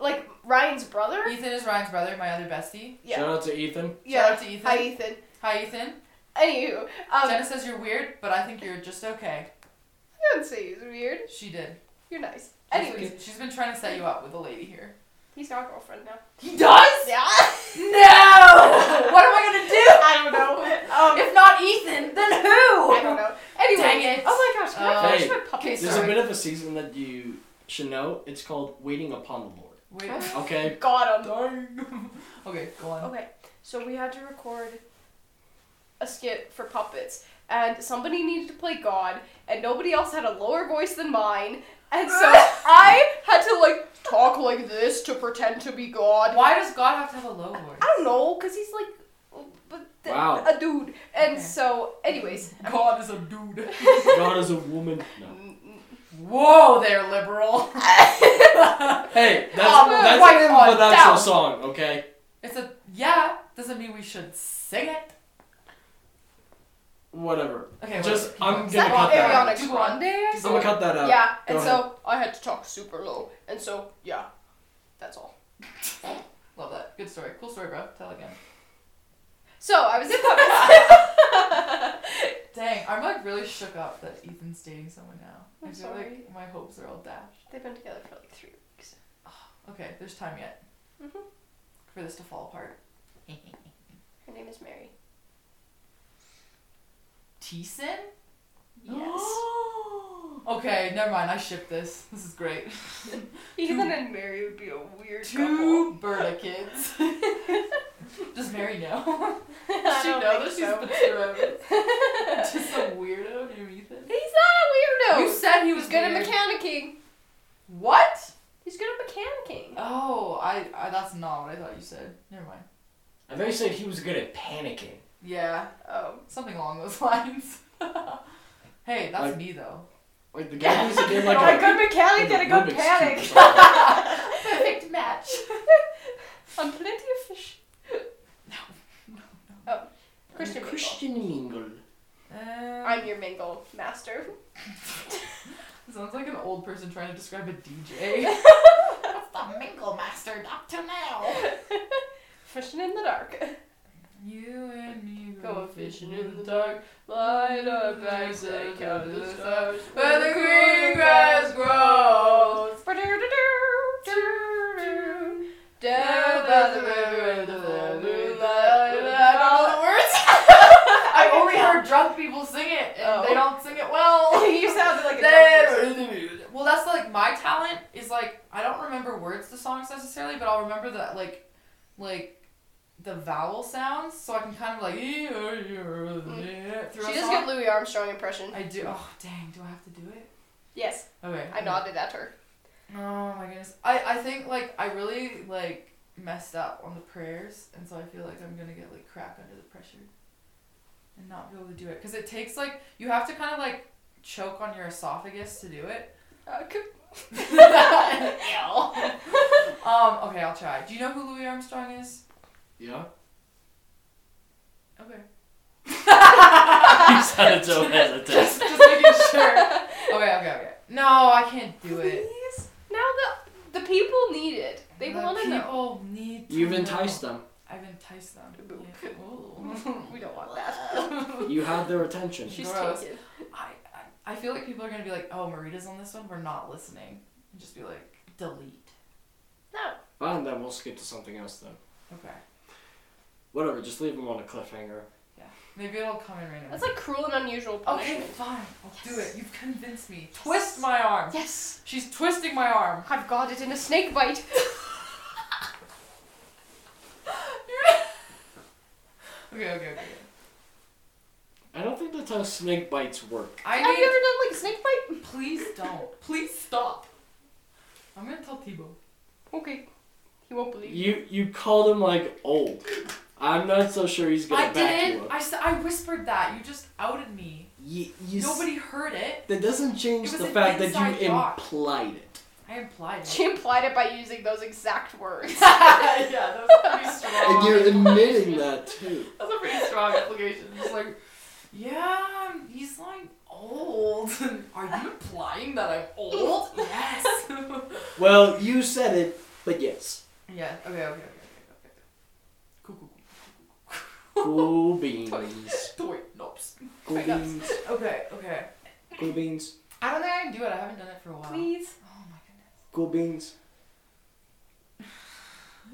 Speaker 3: like Ryan's brother.
Speaker 2: Ethan is Ryan's brother, my other bestie.
Speaker 3: Yeah.
Speaker 1: Shout out to Ethan.
Speaker 3: yeah.
Speaker 2: Shout out to Ethan.
Speaker 3: Hi, Ethan.
Speaker 2: Hi, Ethan.
Speaker 3: Anywho, um,
Speaker 2: Jenna says you're weird, but I think you're just okay.
Speaker 3: I don't say he's weird.
Speaker 2: She did.
Speaker 3: You're nice.
Speaker 2: She's
Speaker 3: Anyways,
Speaker 2: been- she's been trying to set you up with a lady here.
Speaker 3: he's our girlfriend now.
Speaker 2: He does?
Speaker 3: Yeah.
Speaker 2: No! what am I gonna do?
Speaker 3: I don't know. Um,
Speaker 2: If not Ethan, then who?
Speaker 3: I don't know. Anyway.
Speaker 2: Dang it.
Speaker 3: Oh my gosh. Can
Speaker 2: Uh,
Speaker 3: I finish
Speaker 1: Hey,
Speaker 3: my puppy
Speaker 2: okay,
Speaker 1: There's
Speaker 3: story?
Speaker 1: a bit of a season that you should know. It's called Waiting Upon the Lord.
Speaker 2: Wait.
Speaker 1: Okay.
Speaker 3: God, I'm
Speaker 2: Dang. okay, go on.
Speaker 3: Okay, so we had to record a skit for puppets, and somebody needed to play God, and nobody else had a lower voice than mine, and so I had to like talk like this to pretend to be God.
Speaker 2: Why does God have to have a low voice?
Speaker 3: I don't know, cause he's like, but th-
Speaker 1: Wow.
Speaker 3: a dude, and
Speaker 2: Okay.
Speaker 3: so, anyways,
Speaker 2: God is a dude.
Speaker 1: God is a woman. No.
Speaker 2: Whoa there, liberal.
Speaker 1: Hey, that's,
Speaker 3: Um,
Speaker 1: that's
Speaker 3: wipe
Speaker 1: an
Speaker 3: on
Speaker 1: improvisational
Speaker 3: down.
Speaker 1: song, okay?
Speaker 2: It's a yeah. Doesn't mean we should sing it.
Speaker 1: Whatever.
Speaker 2: Okay.
Speaker 1: Just-
Speaker 2: wait,
Speaker 1: I'm
Speaker 2: keep
Speaker 3: is
Speaker 1: gonna
Speaker 3: that
Speaker 2: going.
Speaker 1: cut that out.
Speaker 3: Ariana
Speaker 2: Do
Speaker 3: Grande? or
Speaker 1: I'm gonna
Speaker 3: something?
Speaker 1: cut that out.
Speaker 3: Yeah,
Speaker 1: Go
Speaker 3: and
Speaker 1: ahead.
Speaker 3: so I had to talk super low, and so yeah, that's all.
Speaker 2: Love that. Good story. Cool story, bro. Tell again.
Speaker 3: So I was in puppets.
Speaker 2: Dang, I'm like really shook up that Ethan's dating someone now. I
Speaker 3: I'm
Speaker 2: feel
Speaker 3: sorry.
Speaker 2: like my hopes are all dashed.
Speaker 3: They've been together for like three weeks.
Speaker 2: Okay, there's time yet
Speaker 3: Mhm.
Speaker 2: for this to fall apart.
Speaker 3: Her name is Mary.
Speaker 2: Teeson?
Speaker 3: Yes. Oh.
Speaker 2: Okay, never mind. I ship this. This is great.
Speaker 3: Ethan and Mary would be a weird
Speaker 2: Two Berta kids. Does Mary know? Does she
Speaker 3: don't
Speaker 2: know that
Speaker 3: think
Speaker 2: she's
Speaker 3: so.
Speaker 2: betrothed? Just a weirdo named Ethan.
Speaker 3: He's not a weirdo.
Speaker 2: You said he was
Speaker 3: He's good at
Speaker 2: weird.
Speaker 3: mechanicking.
Speaker 2: What?
Speaker 3: He's good at mechanicking.
Speaker 2: Oh, I, I that's not what I thought you said. Never mind.
Speaker 1: I thought you said he was good at panicking.
Speaker 2: Yeah,
Speaker 3: Oh.
Speaker 2: something along those lines. hey, that's
Speaker 1: Like-
Speaker 2: me though.
Speaker 1: Like the guy who's did like
Speaker 3: a
Speaker 1: a,
Speaker 3: good mechanic
Speaker 1: like
Speaker 3: and a good
Speaker 1: Rubik's Cube or
Speaker 3: panic.
Speaker 1: something.
Speaker 2: Perfect match.
Speaker 3: On plenty of fish. Oh. Christian Mingle.
Speaker 1: Christian Mingle.
Speaker 2: Um,
Speaker 3: I'm your Mingle master.
Speaker 2: sounds like an old person trying to describe a DJ.
Speaker 4: The mingle master up to now.
Speaker 3: Fishing in the dark.
Speaker 2: you and me
Speaker 3: go fishing in the
Speaker 2: dark,
Speaker 3: Light up bags and count the stars.
Speaker 2: where the green grass grows.
Speaker 3: Down by the river in the moonlight.
Speaker 2: I don't know the words. I've only heard drunk people sing it, and they
Speaker 3: Oh.
Speaker 2: don't sing it well.
Speaker 3: you sounded like a dumb person.
Speaker 2: well, that's like my talent is like I don't remember words to songs necessarily, but I'll remember that like, like, the vowel sounds, so I can kind of like through
Speaker 3: Mm. She
Speaker 2: a
Speaker 3: does
Speaker 2: song.
Speaker 3: get Louis Armstrong impression.
Speaker 2: I do. Oh dang! Do I have to do it?
Speaker 3: Yes,
Speaker 2: Okay.
Speaker 3: I nodded at her.
Speaker 2: Oh my goodness. I, I think like I really like messed up on the prayers and so I feel like I'm gonna get like crack under the pressure and not be able to do it because it takes like you have to kind of like choke on your esophagus to do it.
Speaker 3: Uh, c-
Speaker 2: Um okay I'll try. Do you know who Louis Armstrong is?
Speaker 1: Yeah?
Speaker 2: Okay.
Speaker 1: He sounded so hesitant.
Speaker 2: Just making sure. Okay, okay, okay. No, I can't do it.
Speaker 3: Please. Now the the people need it. They
Speaker 2: The
Speaker 3: want to know.
Speaker 2: People need to
Speaker 1: You've
Speaker 2: know.
Speaker 1: enticed them.
Speaker 2: I've enticed them.
Speaker 3: Boop.
Speaker 2: Yeah. Ooh.
Speaker 3: We don't want that.
Speaker 1: You had their attention.
Speaker 3: She's
Speaker 2: Gross.
Speaker 3: taken.
Speaker 2: I, I I feel like people are gonna be like, oh, Marita's on this one. We're not listening. And just be like, delete.
Speaker 3: No.
Speaker 1: Fine, then we'll skip to something else then.
Speaker 2: Okay.
Speaker 1: Whatever, just leave them on a cliffhanger.
Speaker 2: Maybe it'll come in randomly.
Speaker 3: That's like cruel and unusual
Speaker 2: okay,
Speaker 3: punishment.
Speaker 2: fine. I'll do
Speaker 3: Yes.
Speaker 2: it. You've convinced me. Twist my arm.
Speaker 3: Yes.
Speaker 2: She's twisting my arm.
Speaker 3: I've got it in a snake bite.
Speaker 2: Okay, okay, okay. okay.
Speaker 1: I don't think that's how snake bites work.
Speaker 2: I
Speaker 3: Have you
Speaker 2: need.
Speaker 3: ever done like snake bite?
Speaker 2: Please don't. Please stop. I'm gonna tell Tebow.
Speaker 3: Okay. He won't believe you.
Speaker 1: You you called him like old. I'm not so sure he's gonna
Speaker 2: I
Speaker 1: back
Speaker 2: didn't.
Speaker 1: you up.
Speaker 2: I s- I whispered that. You just outed me.
Speaker 1: You, you s-
Speaker 2: Nobody heard it.
Speaker 1: that doesn't change
Speaker 2: It was
Speaker 1: the
Speaker 2: an
Speaker 1: fact that you
Speaker 2: inside job.
Speaker 1: implied it.
Speaker 2: I implied it.
Speaker 3: She implied it by using those exact words.
Speaker 2: yeah, that was pretty strong.
Speaker 1: And you're admitting that too.
Speaker 2: That's a pretty strong implication. Just like, yeah, um, he's like old. Are you implying that I'm old? yes.
Speaker 1: Well, you said it. But yes,
Speaker 2: Yeah. Okay. Okay. Okay. Okay. Okay. okay. Cool. Cool.
Speaker 1: cool beans.
Speaker 2: Cool. Toy knobs.
Speaker 1: Cool beans.
Speaker 2: Okay. Okay.
Speaker 1: Cool beans.
Speaker 2: I don't think I can do it. I haven't done it for a while.
Speaker 3: Please.
Speaker 2: Oh my goodness.
Speaker 1: Cool beans.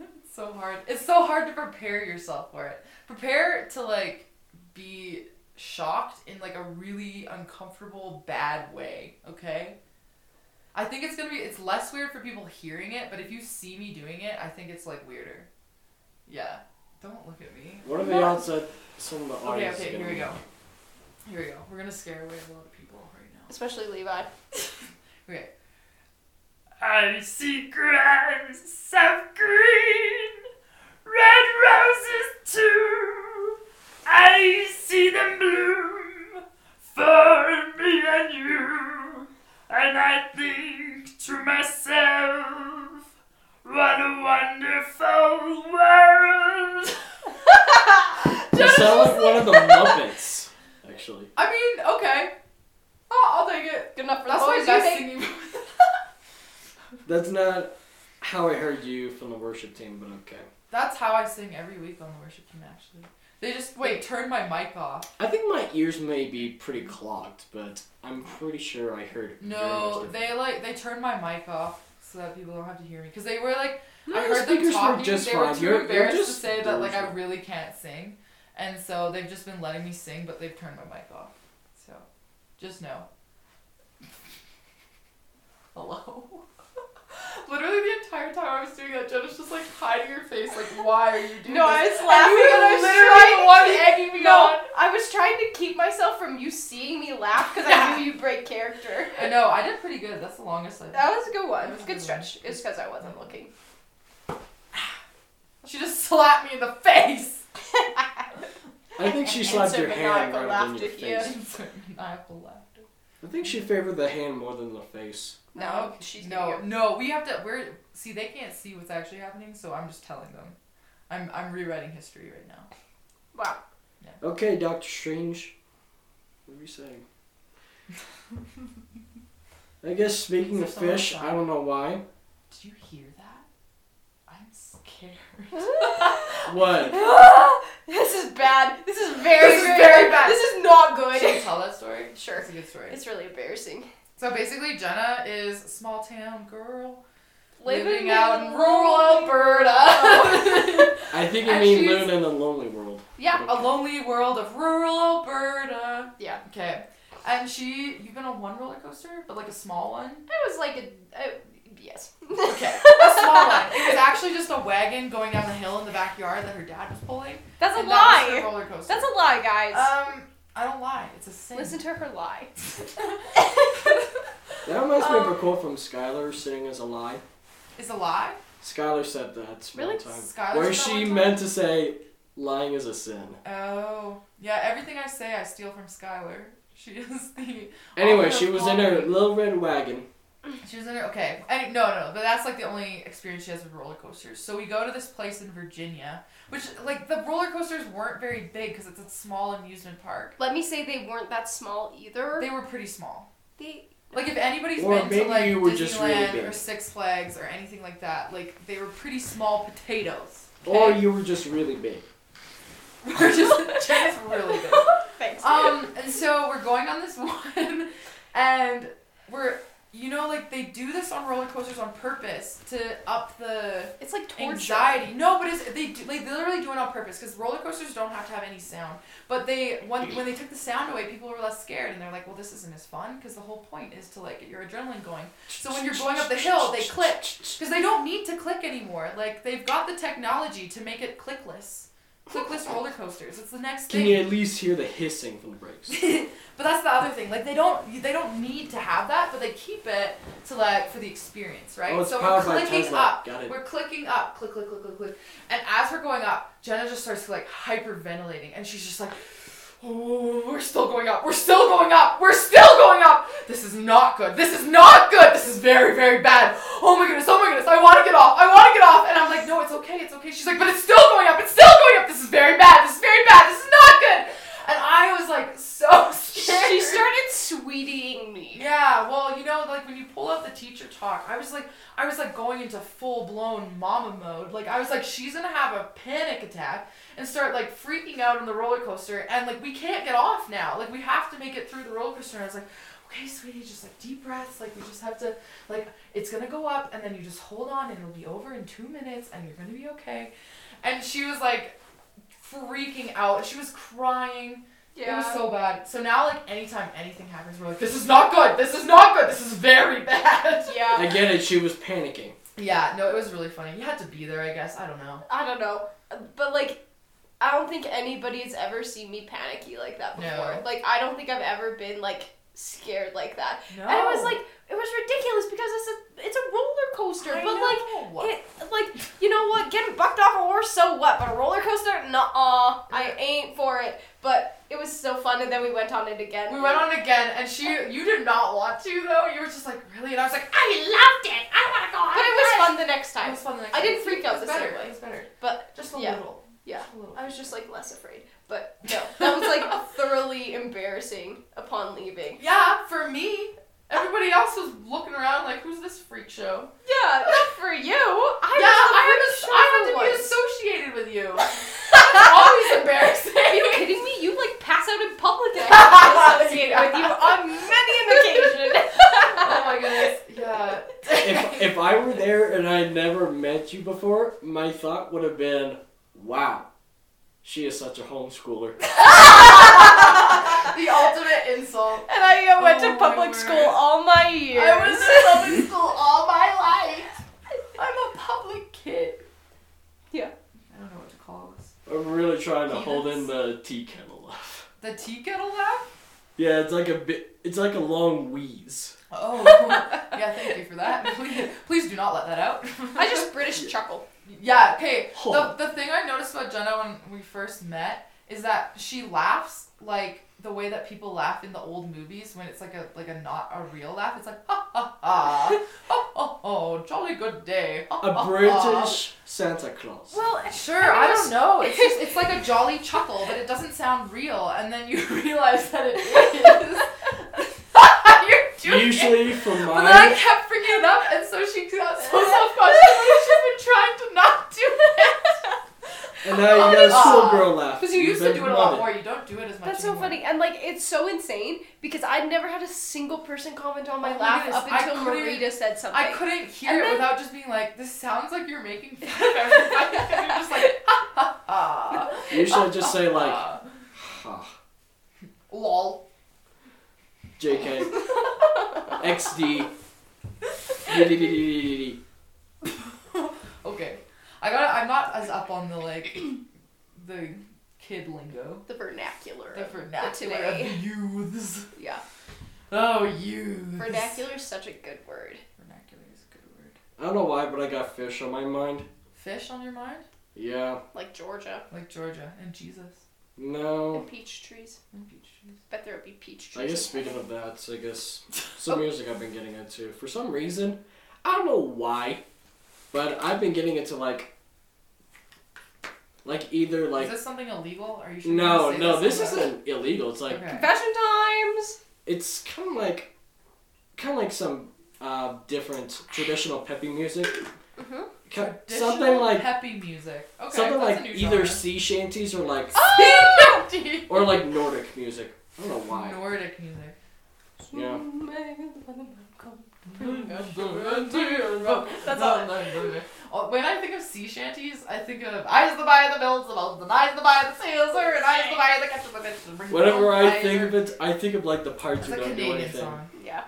Speaker 2: It's so hard. It's so hard to prepare yourself for it. Prepare to like be shocked in like a really uncomfortable bad way, okay? I think it's going to be it's less weird for people hearing it, but if you see me doing it, I think it's like weirder. Yeah. Don't look at me.
Speaker 1: What are
Speaker 2: I'm
Speaker 1: the
Speaker 2: not-
Speaker 1: odds that some of the
Speaker 2: Okay,
Speaker 1: audience? is
Speaker 2: okay,
Speaker 1: gonna
Speaker 2: here we
Speaker 1: be-
Speaker 2: go. Here we go. We're going to scare away a lot of people right now.
Speaker 3: Especially Levi.
Speaker 2: Okay. I see grass of green, red roses too. I see them bloom for me and you. And I think to myself, what a wonderful world.
Speaker 1: You sound like one of the Muppets, actually.
Speaker 2: I mean, okay. Oh, I'll take it.
Speaker 3: Good enough for
Speaker 2: That's
Speaker 3: the
Speaker 2: my
Speaker 3: boys,
Speaker 2: best
Speaker 3: you think?
Speaker 2: singing.
Speaker 1: That's not how I heard you from the worship team, but okay.
Speaker 2: That's how I sing every week on the worship team. Actually, they just wait turn my mic off.
Speaker 1: I think my ears may be pretty clogged, but I'm pretty sure I heard.
Speaker 2: No,
Speaker 1: very much
Speaker 2: they like they turn my mic off so that people don't have to hear me because they were like
Speaker 1: No,
Speaker 2: I
Speaker 1: your
Speaker 2: heard them
Speaker 1: speakers were
Speaker 2: talking.
Speaker 1: just
Speaker 2: they were
Speaker 1: fine.
Speaker 2: too
Speaker 1: You're- you're
Speaker 2: embarrassed
Speaker 1: just
Speaker 2: to say that like I
Speaker 1: delusional.
Speaker 2: really can't sing, and so they've just been letting me sing, but they've turned my mic off. So, just know. Hello. Literally the entire time I was doing that, Jen was just like hiding her face, like, why are you doing
Speaker 3: No, I
Speaker 2: this?
Speaker 3: was laughing
Speaker 2: And you
Speaker 3: and I
Speaker 2: were
Speaker 3: was
Speaker 2: literally the
Speaker 3: trying
Speaker 2: one
Speaker 3: to-
Speaker 2: egging me on.
Speaker 3: No, I was trying to keep myself from you seeing me laugh because
Speaker 2: Yeah.
Speaker 3: I knew you'd break character.
Speaker 2: I know, I did pretty good. That's the longest I've
Speaker 3: That was a good one.
Speaker 2: That
Speaker 3: It
Speaker 2: was
Speaker 3: was
Speaker 2: a
Speaker 3: a
Speaker 2: good
Speaker 3: good stretch. It's because I wasn't looking.
Speaker 2: She just slapped me in the face.
Speaker 1: I think she
Speaker 3: And
Speaker 1: slapped your
Speaker 3: Sir
Speaker 1: hand
Speaker 3: Maniacal
Speaker 1: rather than
Speaker 3: laughed
Speaker 1: your
Speaker 3: at you.
Speaker 1: face.
Speaker 2: Maniacal laughter.
Speaker 1: I think she favored the hand more than the face.
Speaker 3: No,
Speaker 2: Okay.
Speaker 3: she's
Speaker 2: no,
Speaker 3: new.
Speaker 2: no. We have to. We're see. They can't see what's actually happening, so I'm just telling them. I'm I'm rewriting history right now.
Speaker 3: Wow.
Speaker 1: Okay, Doctor Strange. What are you saying? I guess speaking of
Speaker 2: Is there someone
Speaker 1: fish, I
Speaker 2: outside?
Speaker 1: don't know why.
Speaker 2: Did you hear that? I'm scared.
Speaker 1: What?
Speaker 3: this is bad. This is very,
Speaker 2: This is
Speaker 3: very,
Speaker 2: very bad.
Speaker 3: bad. This is not
Speaker 2: Should we
Speaker 3: good.
Speaker 2: tell that story?
Speaker 3: Sure.
Speaker 2: It's a good story.
Speaker 3: It's really embarrassing.
Speaker 2: So basically, Jenna is a small town girl
Speaker 3: Living,
Speaker 2: living
Speaker 3: out in rural
Speaker 2: Alberta.
Speaker 1: I think you
Speaker 2: And
Speaker 1: mean
Speaker 2: she's-
Speaker 1: living in a lonely world.
Speaker 3: yeah.
Speaker 2: a lonely world of rural Alberta.
Speaker 3: Yeah.
Speaker 2: Okay. And she, you've been on one roller coaster, but like a small one.
Speaker 3: I was like a. I, yes.
Speaker 2: Okay, a small one. It was actually just a wagon going down the hill in the backyard that her dad was pulling.
Speaker 3: That's a
Speaker 2: and that was her
Speaker 3: lie.
Speaker 2: roller coaster.
Speaker 3: That's a lie, guys.
Speaker 2: Um, I don't lie. It's a sin.
Speaker 3: Listen to her lie.
Speaker 1: That reminds me of a
Speaker 2: Um,
Speaker 1: quote from Skylar sitting as a lie.
Speaker 2: It's a lie.
Speaker 1: Skylar said that one
Speaker 3: Really?
Speaker 1: time.
Speaker 2: Skylar
Speaker 1: where
Speaker 2: said that
Speaker 1: she
Speaker 2: one time?
Speaker 1: meant to say lying is a sin.
Speaker 2: Oh, yeah. Everything I say, I steal from Skylar. She is the.
Speaker 1: Anyway,
Speaker 2: author
Speaker 1: she
Speaker 2: of
Speaker 1: was
Speaker 2: all
Speaker 1: in her
Speaker 2: the-
Speaker 1: little red wagon.
Speaker 2: She was in her. Okay. Any, no, no, no. But that's like the only experience she has with roller coasters. So we go to this place in Virginia, which like the roller coasters weren't very big because it's a small amusement park.
Speaker 3: Let me say they weren't that small either.
Speaker 2: They were pretty small.
Speaker 3: They-
Speaker 2: Like if anybody's
Speaker 1: Or
Speaker 2: been
Speaker 1: maybe
Speaker 2: to like
Speaker 1: you were just really
Speaker 2: Disneyland
Speaker 1: big.
Speaker 2: or Six Flags or anything like that, like they were pretty small potatoes.
Speaker 1: Or
Speaker 2: okay?
Speaker 1: you were just really big.
Speaker 2: We're just Jen's really good.
Speaker 3: Thanks.
Speaker 2: Um, and so we're going on this one, and we're you know like they do this on roller coasters on purpose to up the
Speaker 3: it's like torture.
Speaker 2: anxiety. No, but it's they do, like they literally do it on purpose because roller coasters don't have to have any sound. But they when when they took the sound away, people were less scared and they're like, well, this isn't as fun because the whole point is to like get your adrenaline going. So when you're going up the hill, they click because they don't need to click anymore. Like they've got the technology to make it clickless, clickless roller coasters. It's the next
Speaker 1: Can
Speaker 2: thing.
Speaker 1: you at least hear the hissing from the brakes?
Speaker 2: but that's the other thing. Like they don't they don't need to have that, but they keep it to like for the experience, right?
Speaker 1: Oh, it's
Speaker 2: so we're
Speaker 1: powered by
Speaker 2: clicking
Speaker 1: Tesla.
Speaker 2: up.
Speaker 1: Got it.
Speaker 2: We're clicking up, click, click, click, click, click. And as we're going up, Jenna just starts like hyperventilating, and she's just like. Oh, we're still going up. We're still going up. We're still going up. This is not good. This is not good. This is very, very bad. Oh my goodness. Oh my goodness. I want to get off. I want to get off. And I'm like, no, it's okay. It's okay. She's like, but it's still going up. It's still going up. This is very bad. This is very bad. This is not good. And I was like, so scared.
Speaker 3: She started sweetying me.
Speaker 2: Yeah, well, you know, like when you pull up the teacher talk. I was like, I was like going into full blown mama mode. Like I was like, she's gonna have a panic attack and start like freaking out on the roller coaster, and like we can't get off now. Like we have to make it through the roller coaster. And I was like, okay, sweetie, just like deep breaths. Like we just have to, like it's gonna go up, and then you just hold on, and it'll be over in two minutes, and you're gonna be okay. And she was like freaking out. She was crying. It was so bad. So now, like, anytime anything happens, we're like, this is not good. This is not good. This is very bad.
Speaker 3: yeah.
Speaker 1: I get it. She was panicking.
Speaker 2: Yeah, no, it was really funny. You had to be there, I guess. I don't know.
Speaker 3: I don't know, but like, I don't think anybody's ever seen me panicky like that
Speaker 2: No.
Speaker 3: before. Like, I don't think I've ever been like scared like that.
Speaker 2: No.
Speaker 3: And it was like, it was ridiculous because it's a it's a roller coaster,
Speaker 2: I
Speaker 3: but like.
Speaker 2: know.
Speaker 3: It, like you know what? Getting bucked off a horse, so what? But a roller coaster, nah, I ain't for it. But it was so fun, and then we went on it again.
Speaker 2: we went on it again, and she, you did not want to, though. You were just like, really? And I was like,
Speaker 4: I loved it. I want to go on
Speaker 3: but it was fun the next
Speaker 2: I
Speaker 3: time.
Speaker 2: was fun the next
Speaker 3: I didn't
Speaker 2: time.
Speaker 3: freak out
Speaker 2: It was
Speaker 3: the same
Speaker 2: better.
Speaker 3: way.
Speaker 2: It was better.
Speaker 3: But
Speaker 2: Just a
Speaker 3: Yeah.
Speaker 2: little.
Speaker 3: yeah,
Speaker 2: Just a little.
Speaker 3: I was just like less afraid. But no, that was like thoroughly embarrassing upon leaving.
Speaker 2: Yeah, for me. Everybody else was looking around like, who's this freak show?
Speaker 3: Yeah, not for you.
Speaker 2: yeah, I,
Speaker 3: I
Speaker 2: was, I had
Speaker 3: was the freak show
Speaker 2: to be associated
Speaker 3: once.
Speaker 2: with you.
Speaker 3: Always
Speaker 2: Always embarrassing.
Speaker 3: Are you kidding me? You like pass out in public and I'm associated with you on many an occasion.
Speaker 2: oh my goodness. Yeah.
Speaker 1: If, if I were there and I had never met you before, my thought would have been, wow, she is such a homeschooler.
Speaker 2: the ultimate insult.
Speaker 3: And I uh, went
Speaker 2: Oh
Speaker 3: to
Speaker 2: my
Speaker 3: public
Speaker 2: word.
Speaker 3: school all my years.
Speaker 2: I was in public
Speaker 4: school all my life.
Speaker 3: I'm a public kid.
Speaker 2: I don't know what to call this.
Speaker 1: I'm really trying to hold in the tea kettle laugh.
Speaker 2: The tea kettle laugh?
Speaker 1: Yeah, it's like a bit, it's like a long wheeze.
Speaker 2: Oh. yeah, thank you for that. Please, please do not let that out.
Speaker 3: I just British chuckle.
Speaker 2: Yeah, okay.
Speaker 1: Oh.
Speaker 2: The, the thing I noticed about Jenna when we first met is that she laughs like the way that people laugh in the old movies when it's like a like a not a real laugh. It's like ha ha ha. Oh oh oh, jolly good day. Ha, ha,
Speaker 1: A
Speaker 2: ha."
Speaker 1: British Santa Claus.
Speaker 3: Well,
Speaker 2: Sure, I don't know. It's just it's like a jolly chuckle, but it doesn't sound real, and then you realize that it is. You're doing it.
Speaker 1: Usually for
Speaker 2: But then I
Speaker 1: mine,
Speaker 2: kept bringing it up, and so she got so self-conscious. Like she's been trying to not do it.
Speaker 1: and now you got a
Speaker 2: Aw.
Speaker 1: schoolgirl laugh.
Speaker 2: oh, Because you
Speaker 1: You've
Speaker 2: used to
Speaker 1: been
Speaker 2: do it a lot
Speaker 1: promoted.
Speaker 2: more. You don't do it as much.
Speaker 3: That's so
Speaker 2: anymore.
Speaker 3: funny. And like it's so insane because I'd never had a single person comment on my
Speaker 2: Oh my
Speaker 3: laugh
Speaker 2: goodness,
Speaker 3: up
Speaker 2: I
Speaker 3: until
Speaker 2: couldn't-
Speaker 3: Marita said something.
Speaker 2: I couldn't hear
Speaker 3: And
Speaker 2: it
Speaker 3: then-
Speaker 2: without just being like, "This sounds like you're making fun of everybody." and you're just like, ha ha ha.
Speaker 1: Usually I just say like,
Speaker 2: ha.
Speaker 1: ha,
Speaker 2: lol.
Speaker 1: JK, XD, DDDDDD.
Speaker 2: Okay, I got. I'm not as up on the like the kid lingo.
Speaker 3: The vernacular.
Speaker 2: The
Speaker 3: of
Speaker 2: vernacular of
Speaker 3: today.
Speaker 2: the youths.
Speaker 3: Yeah.
Speaker 2: Oh, youths.
Speaker 3: Vernacular is such a good word.
Speaker 2: Vernacular is a good word.
Speaker 1: I don't know why, but I got fish on my mind.
Speaker 2: Fish on your mind?
Speaker 1: Yeah,
Speaker 3: Like Georgia.
Speaker 2: Like Georgia and Jesus
Speaker 1: no.
Speaker 2: Oh.
Speaker 3: And peach trees.
Speaker 2: and peach trees.
Speaker 3: Bet there would be peach trees.
Speaker 1: I guess
Speaker 3: in
Speaker 1: speaking
Speaker 3: heaven.
Speaker 1: of that, I guess some music I've been getting into. For some reason, I don't know why, but I've been getting into like, like either
Speaker 2: is
Speaker 1: like.
Speaker 2: this something illegal? Are you sure? you
Speaker 1: No,
Speaker 2: can say
Speaker 1: no, this
Speaker 2: on the-
Speaker 1: isn't illegal. It's like
Speaker 2: Okay.
Speaker 3: Confession times!
Speaker 1: it's kind of like kind of like some uh, different traditional peppy music
Speaker 3: Mhm.
Speaker 1: Ki- something
Speaker 2: Mm-hmm. Traditional
Speaker 1: like
Speaker 2: peppy music. Okay,
Speaker 1: something
Speaker 2: that's
Speaker 1: like
Speaker 2: Oh! a new
Speaker 1: either
Speaker 2: genre.
Speaker 1: sea shanties or like
Speaker 2: Dude.
Speaker 1: or like nordic music i don't know why
Speaker 2: Nordic music.
Speaker 1: Yeah.
Speaker 2: Mm-hmm.
Speaker 3: That's all.
Speaker 2: Oh, When I think of sea shanties, I think of I's the buy the builds the builds, and I's the buy the sailor, and I's the buy the catcher the bitch. and bring the
Speaker 1: whenever i
Speaker 2: buyer.
Speaker 1: think of it i think of like the parts
Speaker 2: That's
Speaker 1: who
Speaker 2: a
Speaker 1: don't do
Speaker 2: Canadian
Speaker 1: anything
Speaker 2: song.
Speaker 3: Yeah.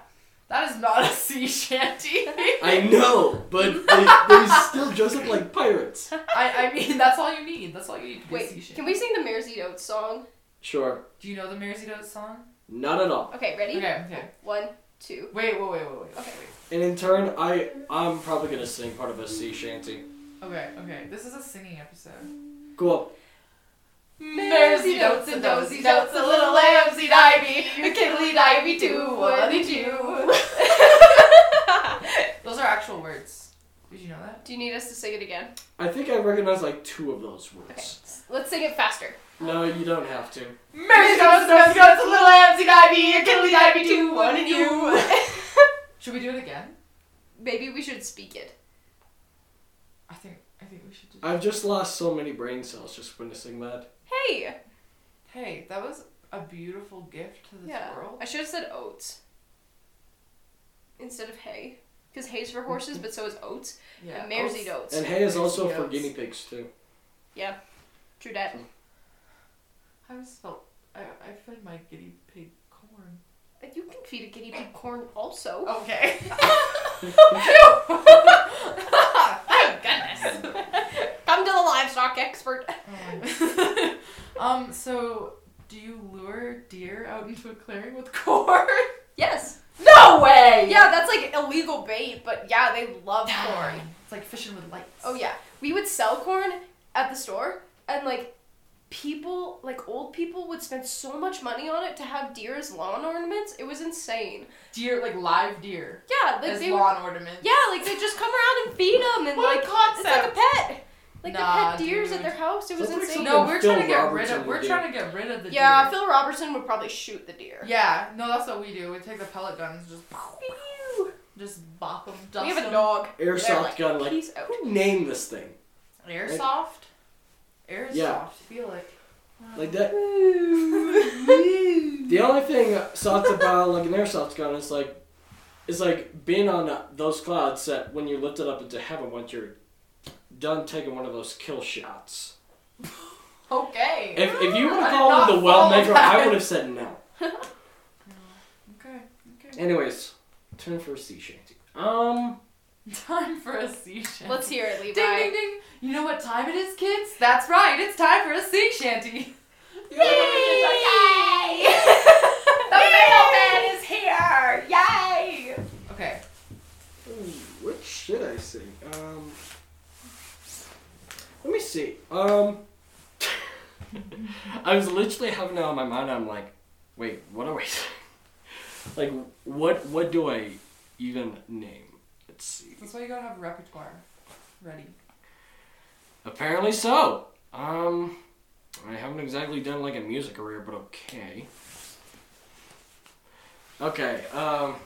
Speaker 2: That is not a sea shanty.
Speaker 1: i know but they, they still dress up like pirates
Speaker 2: I, I mean, that's all you need. That's all you need. to be a sea
Speaker 3: Wait,
Speaker 2: shanty.
Speaker 3: can we sing the Mares Eat Oats song?
Speaker 1: sure
Speaker 2: Do you know the Mares Eat Oats song?
Speaker 1: not at all
Speaker 3: Okay, ready?
Speaker 2: Okay, okay.
Speaker 3: One, two.
Speaker 2: Wait, wait, wait, wait, wait.
Speaker 3: Okay.
Speaker 1: and in turn i i'm probably gonna sing part of a sea shanty
Speaker 2: Okay, okay. This is a singing episode.
Speaker 1: cool
Speaker 2: Mares eat oats and does eat oats, the little lambs eat ivy,
Speaker 3: The
Speaker 2: the
Speaker 3: kid
Speaker 2: kid'll
Speaker 3: lead
Speaker 2: eat
Speaker 3: Ivy
Speaker 2: ivy
Speaker 3: too,
Speaker 2: too,
Speaker 3: what
Speaker 2: what
Speaker 3: did
Speaker 2: did
Speaker 3: you?
Speaker 2: you? Those are actual words. Did you know that?
Speaker 3: Do you need us to sing it again?
Speaker 1: i think i recognize like two of those words
Speaker 3: Let's sing it faster.
Speaker 1: no you don't have to
Speaker 2: Mares eat oats and does eat oats, the little lambs eat ivy, the kid'll eat ivy too, what did you? Should we do it again?
Speaker 3: Maybe we should speak it.
Speaker 2: I think I think we should do.
Speaker 1: I've just lost so many brain cells just witnessing that.
Speaker 3: Hey.
Speaker 2: Hey, that was a beautiful gift to this
Speaker 3: Yeah.
Speaker 2: world.
Speaker 3: I should have said oats instead of hay, because hay's for horses, but so is oats.
Speaker 2: Yeah. Oh,
Speaker 3: and mares
Speaker 2: oats-
Speaker 3: eat oats.
Speaker 1: And hay is also for
Speaker 2: Yes.
Speaker 1: guinea pigs too.
Speaker 3: True dat.
Speaker 2: I was felt I, I fed my guinea pig corn.
Speaker 3: You can feed a guinea pig corn also.
Speaker 2: Okay.
Speaker 3: Oh goodness!
Speaker 2: Oh.
Speaker 3: Come to the livestock expert.
Speaker 2: um. So, do you lure deer out into a clearing with corn?
Speaker 3: Yes.
Speaker 2: No way.
Speaker 3: Yeah, that's like illegal bait, but yeah, they love corn.
Speaker 2: It's like fishing with lights.
Speaker 3: Oh yeah, we would sell corn at the store, and like people, like old people, would spend so much money on it to have deer as lawn ornaments. It was insane.
Speaker 2: Deer, like live deer
Speaker 3: Yeah, like
Speaker 2: as
Speaker 3: they.
Speaker 2: lawn ornaments.
Speaker 3: Yeah, like they just come around and feed them, and
Speaker 2: What a
Speaker 3: like it's like a
Speaker 2: concept.
Speaker 3: pet. Like
Speaker 2: Nah,
Speaker 3: the pet deers at
Speaker 2: dude.
Speaker 3: their house. It was
Speaker 1: Sounds like
Speaker 3: insane.
Speaker 2: No,
Speaker 1: Something
Speaker 2: we're
Speaker 1: Phil
Speaker 2: trying to get rid
Speaker 1: Robertson
Speaker 2: of.
Speaker 1: would
Speaker 2: We're
Speaker 1: do.
Speaker 2: trying to get rid of the
Speaker 3: yeah,
Speaker 2: deer.
Speaker 3: Phil Robertson would probably shoot the deer.
Speaker 2: Yeah. No, that's what we do. We take the pellet guns, just just bop them, dust
Speaker 3: We have a
Speaker 2: 'em.
Speaker 3: dog. They're
Speaker 1: Airsoft
Speaker 3: like,
Speaker 1: gun, like
Speaker 3: Peace out.
Speaker 1: who named this thing?
Speaker 2: Airsoft. Airsoft.
Speaker 1: Yeah.
Speaker 2: Feel it.
Speaker 1: Like that. The only thing soft about like an airsoft gun is like, is like being on uh, those clouds that when you lift it up into heaven once you're done taking one of those kill shots.
Speaker 2: Okay.
Speaker 1: If, if you would have
Speaker 2: I did
Speaker 1: called
Speaker 2: not
Speaker 1: him the well
Speaker 2: follow
Speaker 1: maker,
Speaker 2: that.
Speaker 1: I would have said no.
Speaker 2: Okay. Okay.
Speaker 1: Anyways, turn for a sea shanty. Um,
Speaker 2: Time for a sea shanty.
Speaker 3: Let's hear it, Levi.
Speaker 2: Ding ding ding! You know what time it is, kids? That's right. It's time for a sea shanty.
Speaker 4: Yay!
Speaker 3: The middleman is here. Yay!
Speaker 2: Okay.
Speaker 1: what should I say? Um, let me see. Um, I was literally having it on my mind. I'm like, wait, what are we? like, what what do I even name? Let's see.
Speaker 2: That's why you gotta have repertoire ready.
Speaker 1: Apparently so. Um, I haven't exactly done like a music career, but okay. Okay. Um,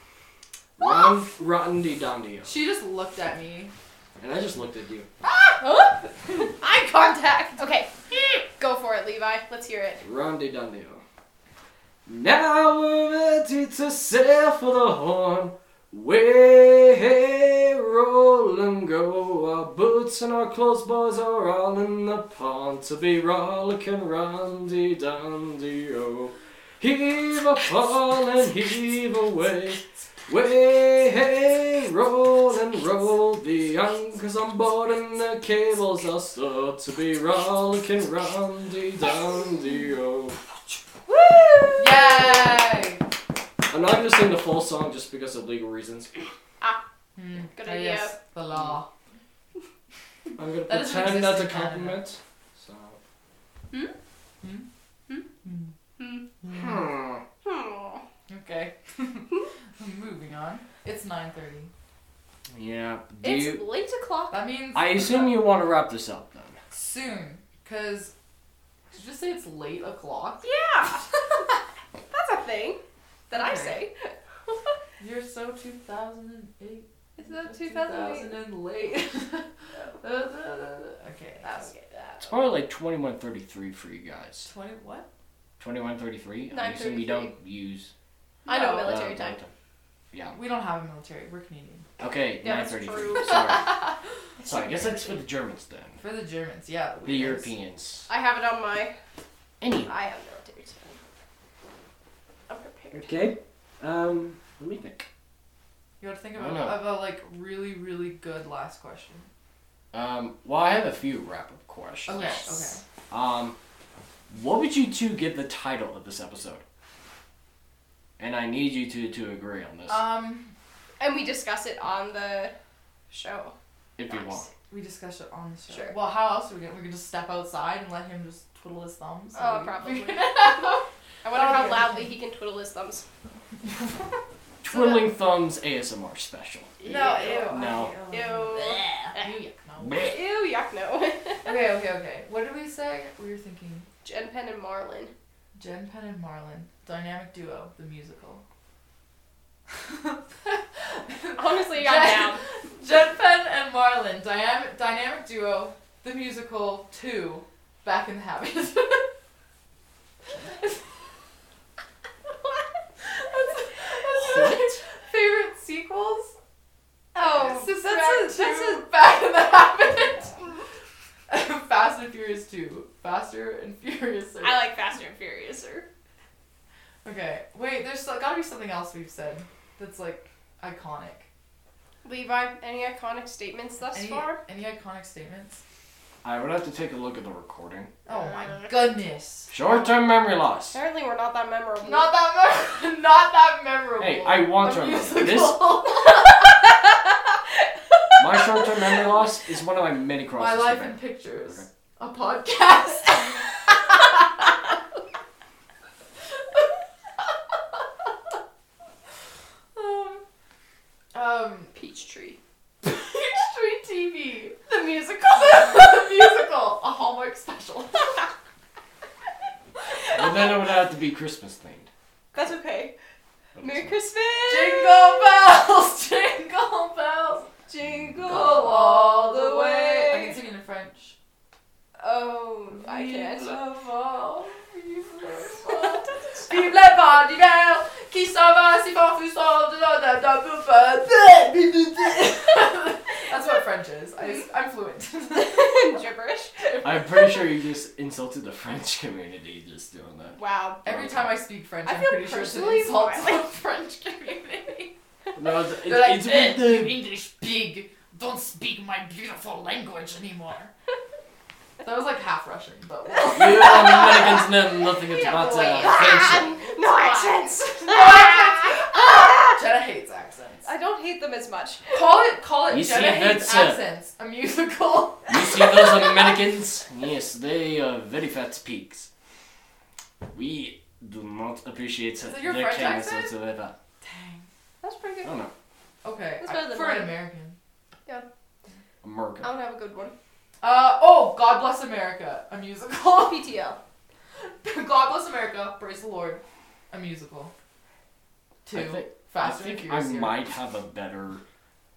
Speaker 1: rotten, rotten dee dom dee.
Speaker 2: She just looked at me.
Speaker 1: And I just looked at you.
Speaker 3: Eye contact. Okay, go for it, Levi. Let's hear it.
Speaker 1: Ronde Dundee. Now we're ready to sail for the horn. Way roll and go. Our boots and our clothes, boys, are all in the pond to be rollicking roundy dandy oh. Heave upon and heave away. Way hey, roll and roll the anchors on board and the cables are stowed to be rollicking roundy dandy oh.
Speaker 2: Yay!
Speaker 1: I'm not gonna sing the full song just because of legal reasons.
Speaker 3: Good
Speaker 2: Ah,
Speaker 3: idea.
Speaker 2: yes, the law.
Speaker 1: I'm gonna
Speaker 2: That doesn't
Speaker 1: pretend
Speaker 2: exist
Speaker 1: that's a
Speaker 2: in Canada.
Speaker 1: compliment. So.
Speaker 3: Hmm?
Speaker 1: Hmm?
Speaker 3: Hmm.
Speaker 1: Hmm.
Speaker 3: Hmm.
Speaker 2: Okay. Moving on. It's nine thirty.
Speaker 1: Yeah. Do
Speaker 3: It's
Speaker 1: you,
Speaker 3: late o'clock.
Speaker 2: That means
Speaker 1: I assume you want to wrap this up then.
Speaker 2: soon, cause did you just say it's late o'clock?
Speaker 3: Yeah, that's a thing that I say.
Speaker 2: You're so 2008.
Speaker 3: It's not 2008.
Speaker 2: 2000 and late. okay.
Speaker 3: That's
Speaker 1: It's probably like 2133 for you guys.
Speaker 2: 20 what?
Speaker 1: 2133? I assume you
Speaker 3: 9:33.
Speaker 1: don't use.
Speaker 3: I know
Speaker 1: uh,
Speaker 3: military time.
Speaker 1: Yeah.
Speaker 2: We don't have a military. We're Canadian.
Speaker 1: Okay,
Speaker 3: Yeah, that's
Speaker 1: 933.
Speaker 3: true.
Speaker 1: Sorry. Sorry, I guess that's for the Germans then.
Speaker 2: For the Germans, yeah.
Speaker 1: The Europeans.
Speaker 3: I have it on my.
Speaker 1: Any.
Speaker 3: I have military time. I'm prepared.
Speaker 1: Okay. Um, let me think.
Speaker 2: You gotta think
Speaker 1: I
Speaker 2: about,
Speaker 1: know.
Speaker 2: of a like really, really good last question.
Speaker 1: Um, well, I have a few wrap up questions.
Speaker 2: Okay,
Speaker 1: Um, what would you two give the title of this episode? And I need you two to agree on this
Speaker 2: okay. Um,
Speaker 3: And we discuss it on the show.
Speaker 1: if you want.
Speaker 2: we discussed it on the show.
Speaker 3: Sure.
Speaker 2: Well, how else are we gonna? We can just step outside and let him just twiddle his thumbs. and
Speaker 3: Oh,
Speaker 2: we-
Speaker 3: probably. I
Speaker 2: That'll
Speaker 3: wonder how
Speaker 2: be
Speaker 3: loudly he can twiddle his thumbs.
Speaker 1: Twiddling Thumbs ASMR special.
Speaker 3: No, ew.
Speaker 1: No.
Speaker 3: Ew.
Speaker 2: Ew. Ew, yuck, no.
Speaker 1: Blech.
Speaker 3: Ew, yuck, no.
Speaker 2: Okay, okay, okay. What did we say? We were thinking
Speaker 3: Jen Penn and Marlin.
Speaker 2: Jen Penn and Marlon, dynamic duo, the musical.
Speaker 3: Honestly, I'm
Speaker 2: Jen-
Speaker 3: down.
Speaker 2: Jen Penn and Marlon, dynamic, dynamic duo, the musical, two, back in the habit. That's- that's one of my Favorite sequels?
Speaker 3: Oh,
Speaker 2: Sister
Speaker 3: that's a,
Speaker 2: Act
Speaker 3: that's
Speaker 2: two,
Speaker 3: a
Speaker 2: back in the habit. Fast and Furious 2. Faster and Furious.
Speaker 3: I like Faster and Furiouser.
Speaker 2: Okay, wait, there's still- gotta be something else we've said that's like iconic.
Speaker 3: Levi, any iconic statements thus
Speaker 2: Any,
Speaker 3: far?
Speaker 2: any iconic statements?
Speaker 1: I would have to take a look at the recording.
Speaker 2: Oh my
Speaker 3: Uh.
Speaker 2: goodness.
Speaker 1: Short term memory loss.
Speaker 3: Apparently, we're not that memorable.
Speaker 2: Not that mem- not that memorable.
Speaker 1: Hey, I want
Speaker 2: A
Speaker 1: to remember.
Speaker 2: musical.
Speaker 1: This, my short term memory loss is one of my many
Speaker 2: my
Speaker 1: crosses.
Speaker 2: life
Speaker 1: today.
Speaker 2: in pictures.
Speaker 1: Okay.
Speaker 2: A podcast. um, um,
Speaker 3: Peachtree.
Speaker 2: Peachtree TV.
Speaker 3: The musical.
Speaker 2: the musical, a Hallmark special.
Speaker 1: Well, then it would have to be Christmas themed.
Speaker 3: That's okay.
Speaker 1: But
Speaker 3: Merry
Speaker 1: it's
Speaker 3: Christmas.
Speaker 2: jingle bells, jingle bells,
Speaker 3: Jingle
Speaker 2: go
Speaker 3: all the way.
Speaker 2: I can sing it in French.
Speaker 3: Oh, I can't.
Speaker 2: Vive les bars d'hiver, qui s'en va si fort fut son de l'eau de la bouffe. That's what French is. I just, I'm fluent.
Speaker 3: Gibberish.
Speaker 1: I'm pretty sure you just insulted the French community just doing that.
Speaker 3: Wow.
Speaker 2: Every time I speak French,
Speaker 3: I
Speaker 2: I'm
Speaker 3: feel
Speaker 2: pretty sure it's an
Speaker 3: personally
Speaker 2: insult to the
Speaker 3: violated.
Speaker 2: French community.
Speaker 1: No, it's, it's,
Speaker 2: They're like,
Speaker 1: it's
Speaker 2: "Eh,
Speaker 1: with
Speaker 2: you
Speaker 1: the.
Speaker 2: English pig, don't speak my beautiful language anymore. that was like half Russian, but well.
Speaker 1: You are not against them, nothing it's about uh, to offense
Speaker 3: Ah, no accents.
Speaker 2: Jenna hates accents.
Speaker 3: I don't hate them as much.
Speaker 2: Call it, call it
Speaker 1: You
Speaker 2: Jenna
Speaker 1: see,
Speaker 2: hates
Speaker 1: that's it.
Speaker 2: accents, a musical.
Speaker 1: you. You see those Americans? Yes, they are very fat pigs. We do not appreciate
Speaker 2: Is that your
Speaker 1: their
Speaker 2: French
Speaker 1: kindness
Speaker 2: accent?
Speaker 1: whatsoever.
Speaker 2: Dang.
Speaker 3: That's pretty
Speaker 1: I
Speaker 3: good.
Speaker 1: don't know.
Speaker 2: Okay.
Speaker 3: That's better than
Speaker 2: for an
Speaker 3: mine.
Speaker 2: American.
Speaker 1: America.
Speaker 3: I don't have a good one.
Speaker 2: Uh oh, God bless America, a musical.
Speaker 3: PTL.
Speaker 2: God bless America, praise the Lord, a musical. Two.
Speaker 1: I think, I,
Speaker 2: Fast and
Speaker 1: think I
Speaker 2: Furious. here.
Speaker 1: might have a better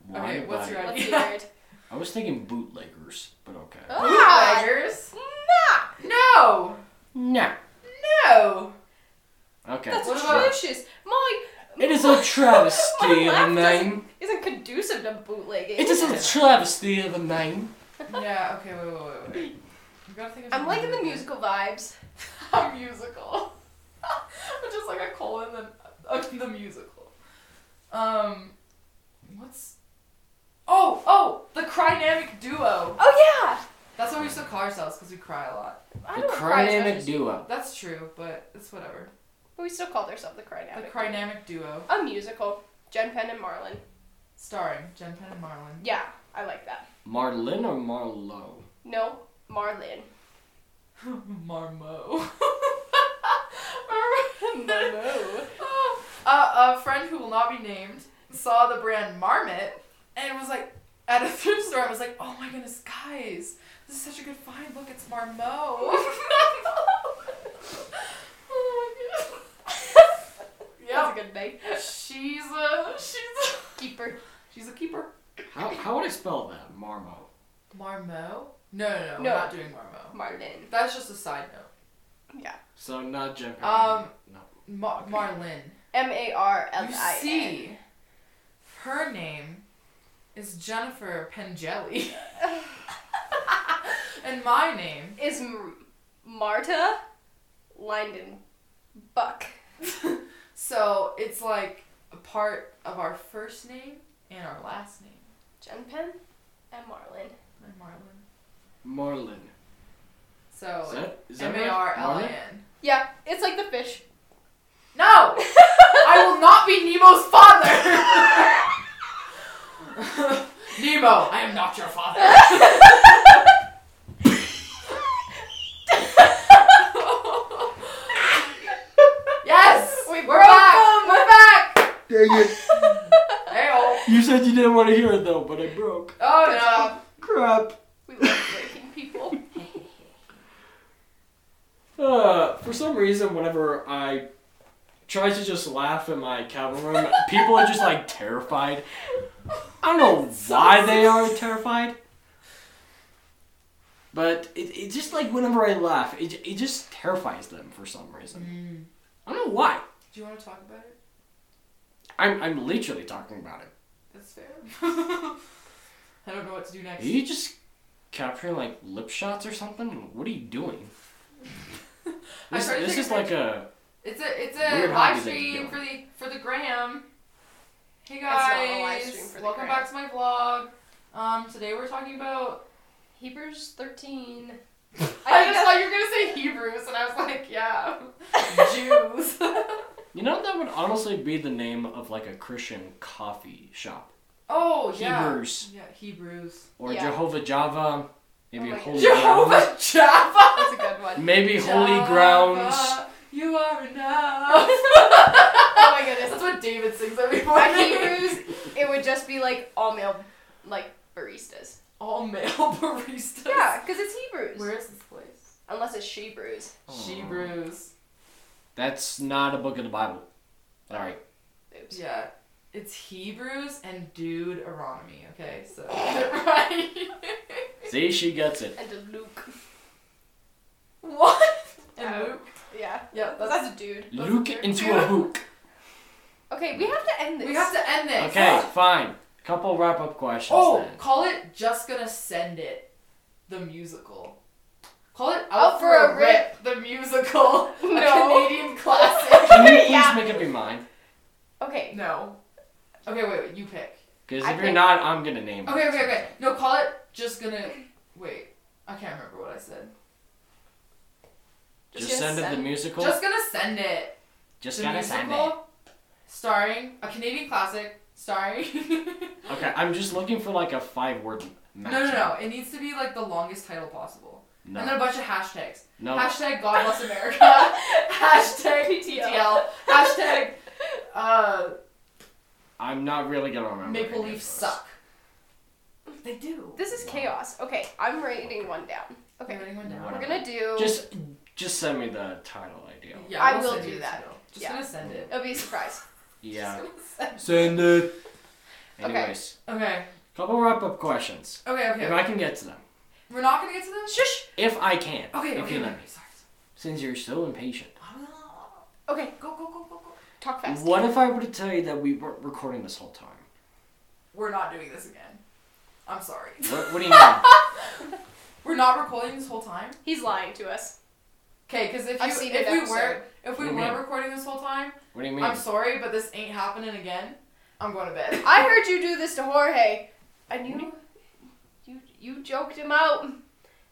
Speaker 1: one.
Speaker 2: Okay, what's
Speaker 1: but
Speaker 2: your
Speaker 3: Let's
Speaker 2: idea?
Speaker 3: see, right?
Speaker 1: I was thinking bootleggers, but okay.
Speaker 3: Oh.
Speaker 2: Bootleggers?
Speaker 3: Nah.
Speaker 2: No!
Speaker 1: No.
Speaker 2: No!
Speaker 1: Okay.
Speaker 3: That's
Speaker 2: What about-
Speaker 3: atrocious. Molly.
Speaker 1: It is a travesty
Speaker 3: My
Speaker 1: of a
Speaker 3: laugh doesn't-
Speaker 1: name.
Speaker 3: Isn't conducive to bootlegging.
Speaker 1: It is a travesty of a name.
Speaker 2: Yeah, okay, wait, wait, wait, wait. You gotta think of
Speaker 3: I'm
Speaker 2: something
Speaker 3: liking the
Speaker 2: really
Speaker 3: musical vibes.
Speaker 2: good. A musical. Which is like a colon then uh, the musical. Um what's Oh, oh, the crynamic duo.
Speaker 3: Oh
Speaker 2: That's why we still call ourselves because we cry a lot.
Speaker 3: yeah. I
Speaker 1: The
Speaker 3: don't cry as much
Speaker 1: crynamic
Speaker 3: as-
Speaker 1: duo.
Speaker 2: That's true, but it's whatever.
Speaker 3: But we still called ourselves the crynamic.
Speaker 2: The crynamic duo
Speaker 3: A musical. Jen Penn and Marlon.
Speaker 2: starring Jen Penn and Marlon.
Speaker 3: Yeah, I like that.
Speaker 1: Marlin or Marlowe?
Speaker 3: No, Marlon.
Speaker 2: Marmo. Remember-
Speaker 3: Marlo.
Speaker 2: Uh, a friend who will not be named saw the brand Marmot and was like, at a thrift store, I was like, oh my goodness, guys, this is such a good find. Look, it's Marmo. oh my goodness.
Speaker 3: That's a good name.
Speaker 2: Yep. She's a, she's a,
Speaker 3: Keeper.
Speaker 2: she's a keeper.
Speaker 1: How, how would I spell that? Marmo.
Speaker 2: Marmo? No, no, no, we're
Speaker 3: No.
Speaker 2: not doing Marmo.
Speaker 3: Marlon.
Speaker 2: That's just a side note.
Speaker 3: Yeah.
Speaker 1: So not Jeopardy.
Speaker 2: Um,
Speaker 1: no.
Speaker 2: Ma- Marlin.
Speaker 3: M A R L
Speaker 2: You
Speaker 3: I N.
Speaker 2: see, her name is Jennifer Pengelly. and my name.
Speaker 3: Is M- Marta Lyndon Buck.
Speaker 2: so it's like a part of our first name and our last name.
Speaker 3: Jen Penn and Marlon.
Speaker 2: And Marlin.
Speaker 1: Marlin. Is
Speaker 2: So
Speaker 1: that, is that
Speaker 2: M
Speaker 1: right?
Speaker 2: A R L I
Speaker 1: Marlin?
Speaker 2: N.
Speaker 3: Yeah, it's like the fish.
Speaker 2: No! I will not be Nemo's father! Nemo, I am not your father. yes!
Speaker 3: We
Speaker 2: We are
Speaker 3: broke
Speaker 2: back!
Speaker 3: them!
Speaker 2: We're back!
Speaker 1: Dang it.
Speaker 2: Hey-oh.
Speaker 1: You said you didn't want to hear it though, but I broke.
Speaker 2: Oh
Speaker 3: Good
Speaker 2: no.
Speaker 3: job.
Speaker 1: Crap.
Speaker 3: We love breaking people.
Speaker 1: Uh, for some reason, whenever I tries to just laugh in my cabin room. People are just like terrified. I don't know why they are terrified. But it, it just like whenever I laugh, it, it just terrifies them for some reason.
Speaker 2: Mm.
Speaker 1: I don't know why.
Speaker 2: Do you want to talk about it?
Speaker 1: I'm, I'm literally talking about it.
Speaker 2: That's fair. I don't know what to do next.
Speaker 1: Are you just capturing like lip shots or something? What are you doing?
Speaker 2: I
Speaker 1: This,
Speaker 2: tried to
Speaker 1: this
Speaker 2: take
Speaker 1: is
Speaker 2: a
Speaker 1: like a
Speaker 2: It's a it's a
Speaker 1: Weird
Speaker 2: live
Speaker 1: hobby that you
Speaker 2: stream
Speaker 1: do.
Speaker 2: for the for the gram. Hey
Speaker 3: not
Speaker 2: guys,
Speaker 3: a live stream for the
Speaker 2: welcome
Speaker 3: gram.
Speaker 2: back to my vlog. Um, today we're talking about.
Speaker 3: Hebrews 13.
Speaker 2: I just thought you were gonna say Hebrews, and I was like, yeah, Jews.
Speaker 1: you know that would honestly be the name of like a Christian coffee shop
Speaker 2: oh yeah.
Speaker 1: Hebrews.
Speaker 2: Yeah, Hebrews.
Speaker 1: or
Speaker 3: Yeah.
Speaker 1: Jehovah Java, maybe
Speaker 3: Oh my
Speaker 1: Holy
Speaker 3: God.
Speaker 1: Grounds,
Speaker 2: Jehovah Java.
Speaker 3: That's a good one.
Speaker 1: maybe Holy Grounds.
Speaker 2: Java, You are enough.
Speaker 3: Oh my goodness.
Speaker 2: That's what David sings every
Speaker 3: By
Speaker 2: morning.
Speaker 3: Hebrews,
Speaker 2: Mm.
Speaker 3: it would just be like all male, like baristas.
Speaker 2: All male baristas.
Speaker 3: Yeah, because it's Hebrews.
Speaker 2: Where is this place?
Speaker 3: Unless it's she brews.
Speaker 2: She brews.
Speaker 1: That's not a book in the Bible. All right.
Speaker 3: Oops.
Speaker 2: Yeah. It's Hebrews and Deuteronomy, okay? So get it right.
Speaker 1: See, she gets it.
Speaker 3: And a Luke.
Speaker 2: what?
Speaker 3: Oh.
Speaker 2: And Luke.
Speaker 3: Yeah.
Speaker 2: Yep,
Speaker 3: That's,
Speaker 2: that's
Speaker 3: a dude.
Speaker 1: Luke into a hook.
Speaker 3: Okay, we have to end this.
Speaker 2: We have to end this.
Speaker 1: Okay, fine. Couple wrap up questions
Speaker 2: Oh,
Speaker 1: then.
Speaker 2: call it just gonna send it the musical. Call it
Speaker 3: Out
Speaker 2: Out,
Speaker 3: Oh, for a Rip.
Speaker 2: the musical.
Speaker 3: No.
Speaker 2: A Canadian classic.
Speaker 1: Can you please
Speaker 3: Yeah.
Speaker 1: make up your mind?
Speaker 3: Okay.
Speaker 2: no. Okay, wait, wait, you pick.
Speaker 1: Because if
Speaker 3: I
Speaker 1: you're
Speaker 3: think-
Speaker 1: not, I'm gonna name it.
Speaker 2: Okay, okay, okay. No, call it just gonna wait. I can't remember what I said.
Speaker 1: Just,
Speaker 3: Just
Speaker 1: send it the
Speaker 3: send-
Speaker 1: musical. Just,
Speaker 2: Just gonna send it.
Speaker 1: gotta send it.
Speaker 2: musical starring a Canadian classic, starring. no,
Speaker 1: Okay, I'm just looking for like a five word match.
Speaker 2: no, no. It needs to be like the longest title possible. And then
Speaker 1: No,
Speaker 2: a bunch of hashtags.
Speaker 1: no.
Speaker 2: Hashtag God bless America. hashtag PTL. hashtag uh,
Speaker 1: I'm not really gonna remember. any
Speaker 2: Maple
Speaker 1: of
Speaker 2: Leafs
Speaker 1: those.
Speaker 2: suck. They do.
Speaker 3: This is chaos. Okay, I'm rating one down. Okay.
Speaker 2: Writing one down.
Speaker 1: No.
Speaker 3: We're gonna do.
Speaker 1: Just, just send me the title idea.
Speaker 2: Yeah,
Speaker 3: I
Speaker 2: we'll
Speaker 3: will
Speaker 2: send
Speaker 3: do
Speaker 2: you the
Speaker 3: that.
Speaker 2: title. Just
Speaker 3: Yeah.
Speaker 2: gonna send it.
Speaker 3: It'll be a surprise.
Speaker 1: Yeah.
Speaker 2: Just gonna send-
Speaker 1: Send it.
Speaker 3: Okay.
Speaker 1: Anyways,
Speaker 2: Okay.
Speaker 1: couple wrap up questions.
Speaker 2: Okay.
Speaker 1: If
Speaker 2: Okay.
Speaker 1: I can get to them.
Speaker 2: We're not gonna get to this.
Speaker 3: Shush.
Speaker 1: If I can.
Speaker 2: Okay.
Speaker 1: If
Speaker 2: Okay.
Speaker 1: you
Speaker 2: okay.
Speaker 1: let me.
Speaker 2: Sorry.
Speaker 1: Since you're so impatient.
Speaker 2: sorry.
Speaker 3: Okay,
Speaker 2: Go go go go go.
Speaker 3: talk fast.
Speaker 1: What if I were to tell you that we weren't recording this whole time?
Speaker 2: We're not doing this again. I'm sorry.
Speaker 1: What, what do you mean?
Speaker 2: We're not recording this whole time.
Speaker 3: He's lying to us.
Speaker 2: Okay, because if
Speaker 3: I've
Speaker 2: you
Speaker 3: seen
Speaker 2: if
Speaker 3: an
Speaker 2: we
Speaker 3: episode.
Speaker 2: were if we
Speaker 1: What do you
Speaker 2: were
Speaker 1: mean?
Speaker 2: recording this whole time,
Speaker 1: What do you mean?
Speaker 2: I'm sorry, but this ain't happening again. I'm going to bed.
Speaker 3: I heard you do this to Jorge, and you, you, you joked him out.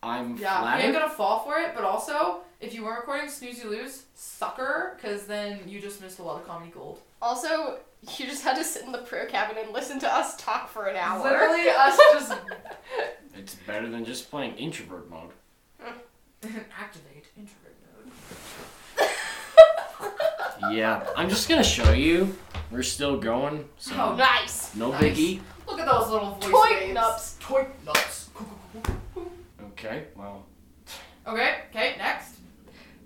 Speaker 1: I'm
Speaker 2: yeah, we
Speaker 1: flattered.
Speaker 2: ain't gonna fall for it. But also, if you weren't recording snooze, you lose, sucker. Because then you just missed a lot of comedy gold.
Speaker 3: Also, you just had to sit in the prayer cabin and listen to us talk for an hour.
Speaker 2: Literally, us just
Speaker 1: It's better than just playing introvert mode.
Speaker 2: activate introvert mode.
Speaker 1: Yeah. I'm just gonna show you. We're still going, so
Speaker 2: Oh,
Speaker 3: nice.
Speaker 1: no
Speaker 2: nice.
Speaker 1: biggie.
Speaker 2: Look at those little voice
Speaker 3: Toy
Speaker 2: waves.
Speaker 3: nubs.
Speaker 2: Toy nuts. Coo, coo, coo, coo.
Speaker 1: Okay. Well,
Speaker 2: Okay. Okay. Next.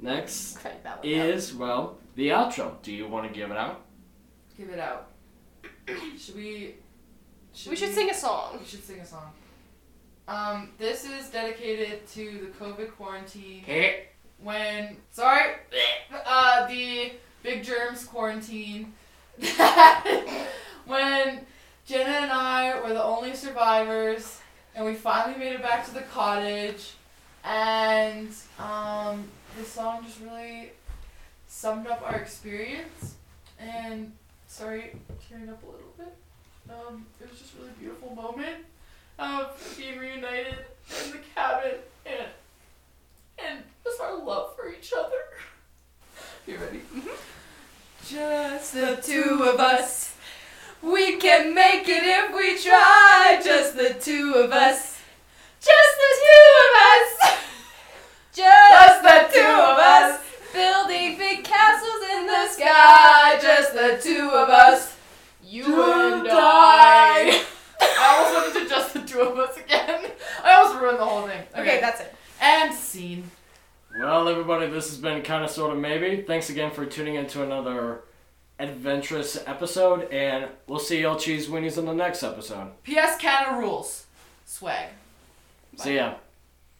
Speaker 1: next
Speaker 3: Crank that one up.
Speaker 1: is well the outro. Do you want to give it out?
Speaker 2: Give it out. Should we?
Speaker 3: We should sing a song.
Speaker 2: We should sing a song. Um, this is dedicated to the COVID quarantine. When sorry, uh, the big germs quarantine. when Jenna and I were the only survivors, and we finally made it back to the cottage, and um, this song just really summed up our experience. And sorry, tearing up a little bit. Um, it was just a really beautiful moment of being reunited in the cabin and and just our love for each other. You ready? Just Mm-hmm. the two of us. We can make it if we try. Just the two of us.
Speaker 3: Just the two of us.
Speaker 2: Just the two of us.
Speaker 3: Building big castles in the
Speaker 2: Sky, just the two of us.
Speaker 3: You
Speaker 2: and I. I almost wanted to just the two of us again. I almost ruined the whole thing.
Speaker 3: Okay, that's it.
Speaker 2: and scene.
Speaker 1: Well, everybody, this has been kind of sort of maybe. Thanks again for tuning in to another adventurous episode, and we'll see y'all cheese weenies in the next episode.
Speaker 2: P.S. Canada rules. Swag.
Speaker 1: See ya.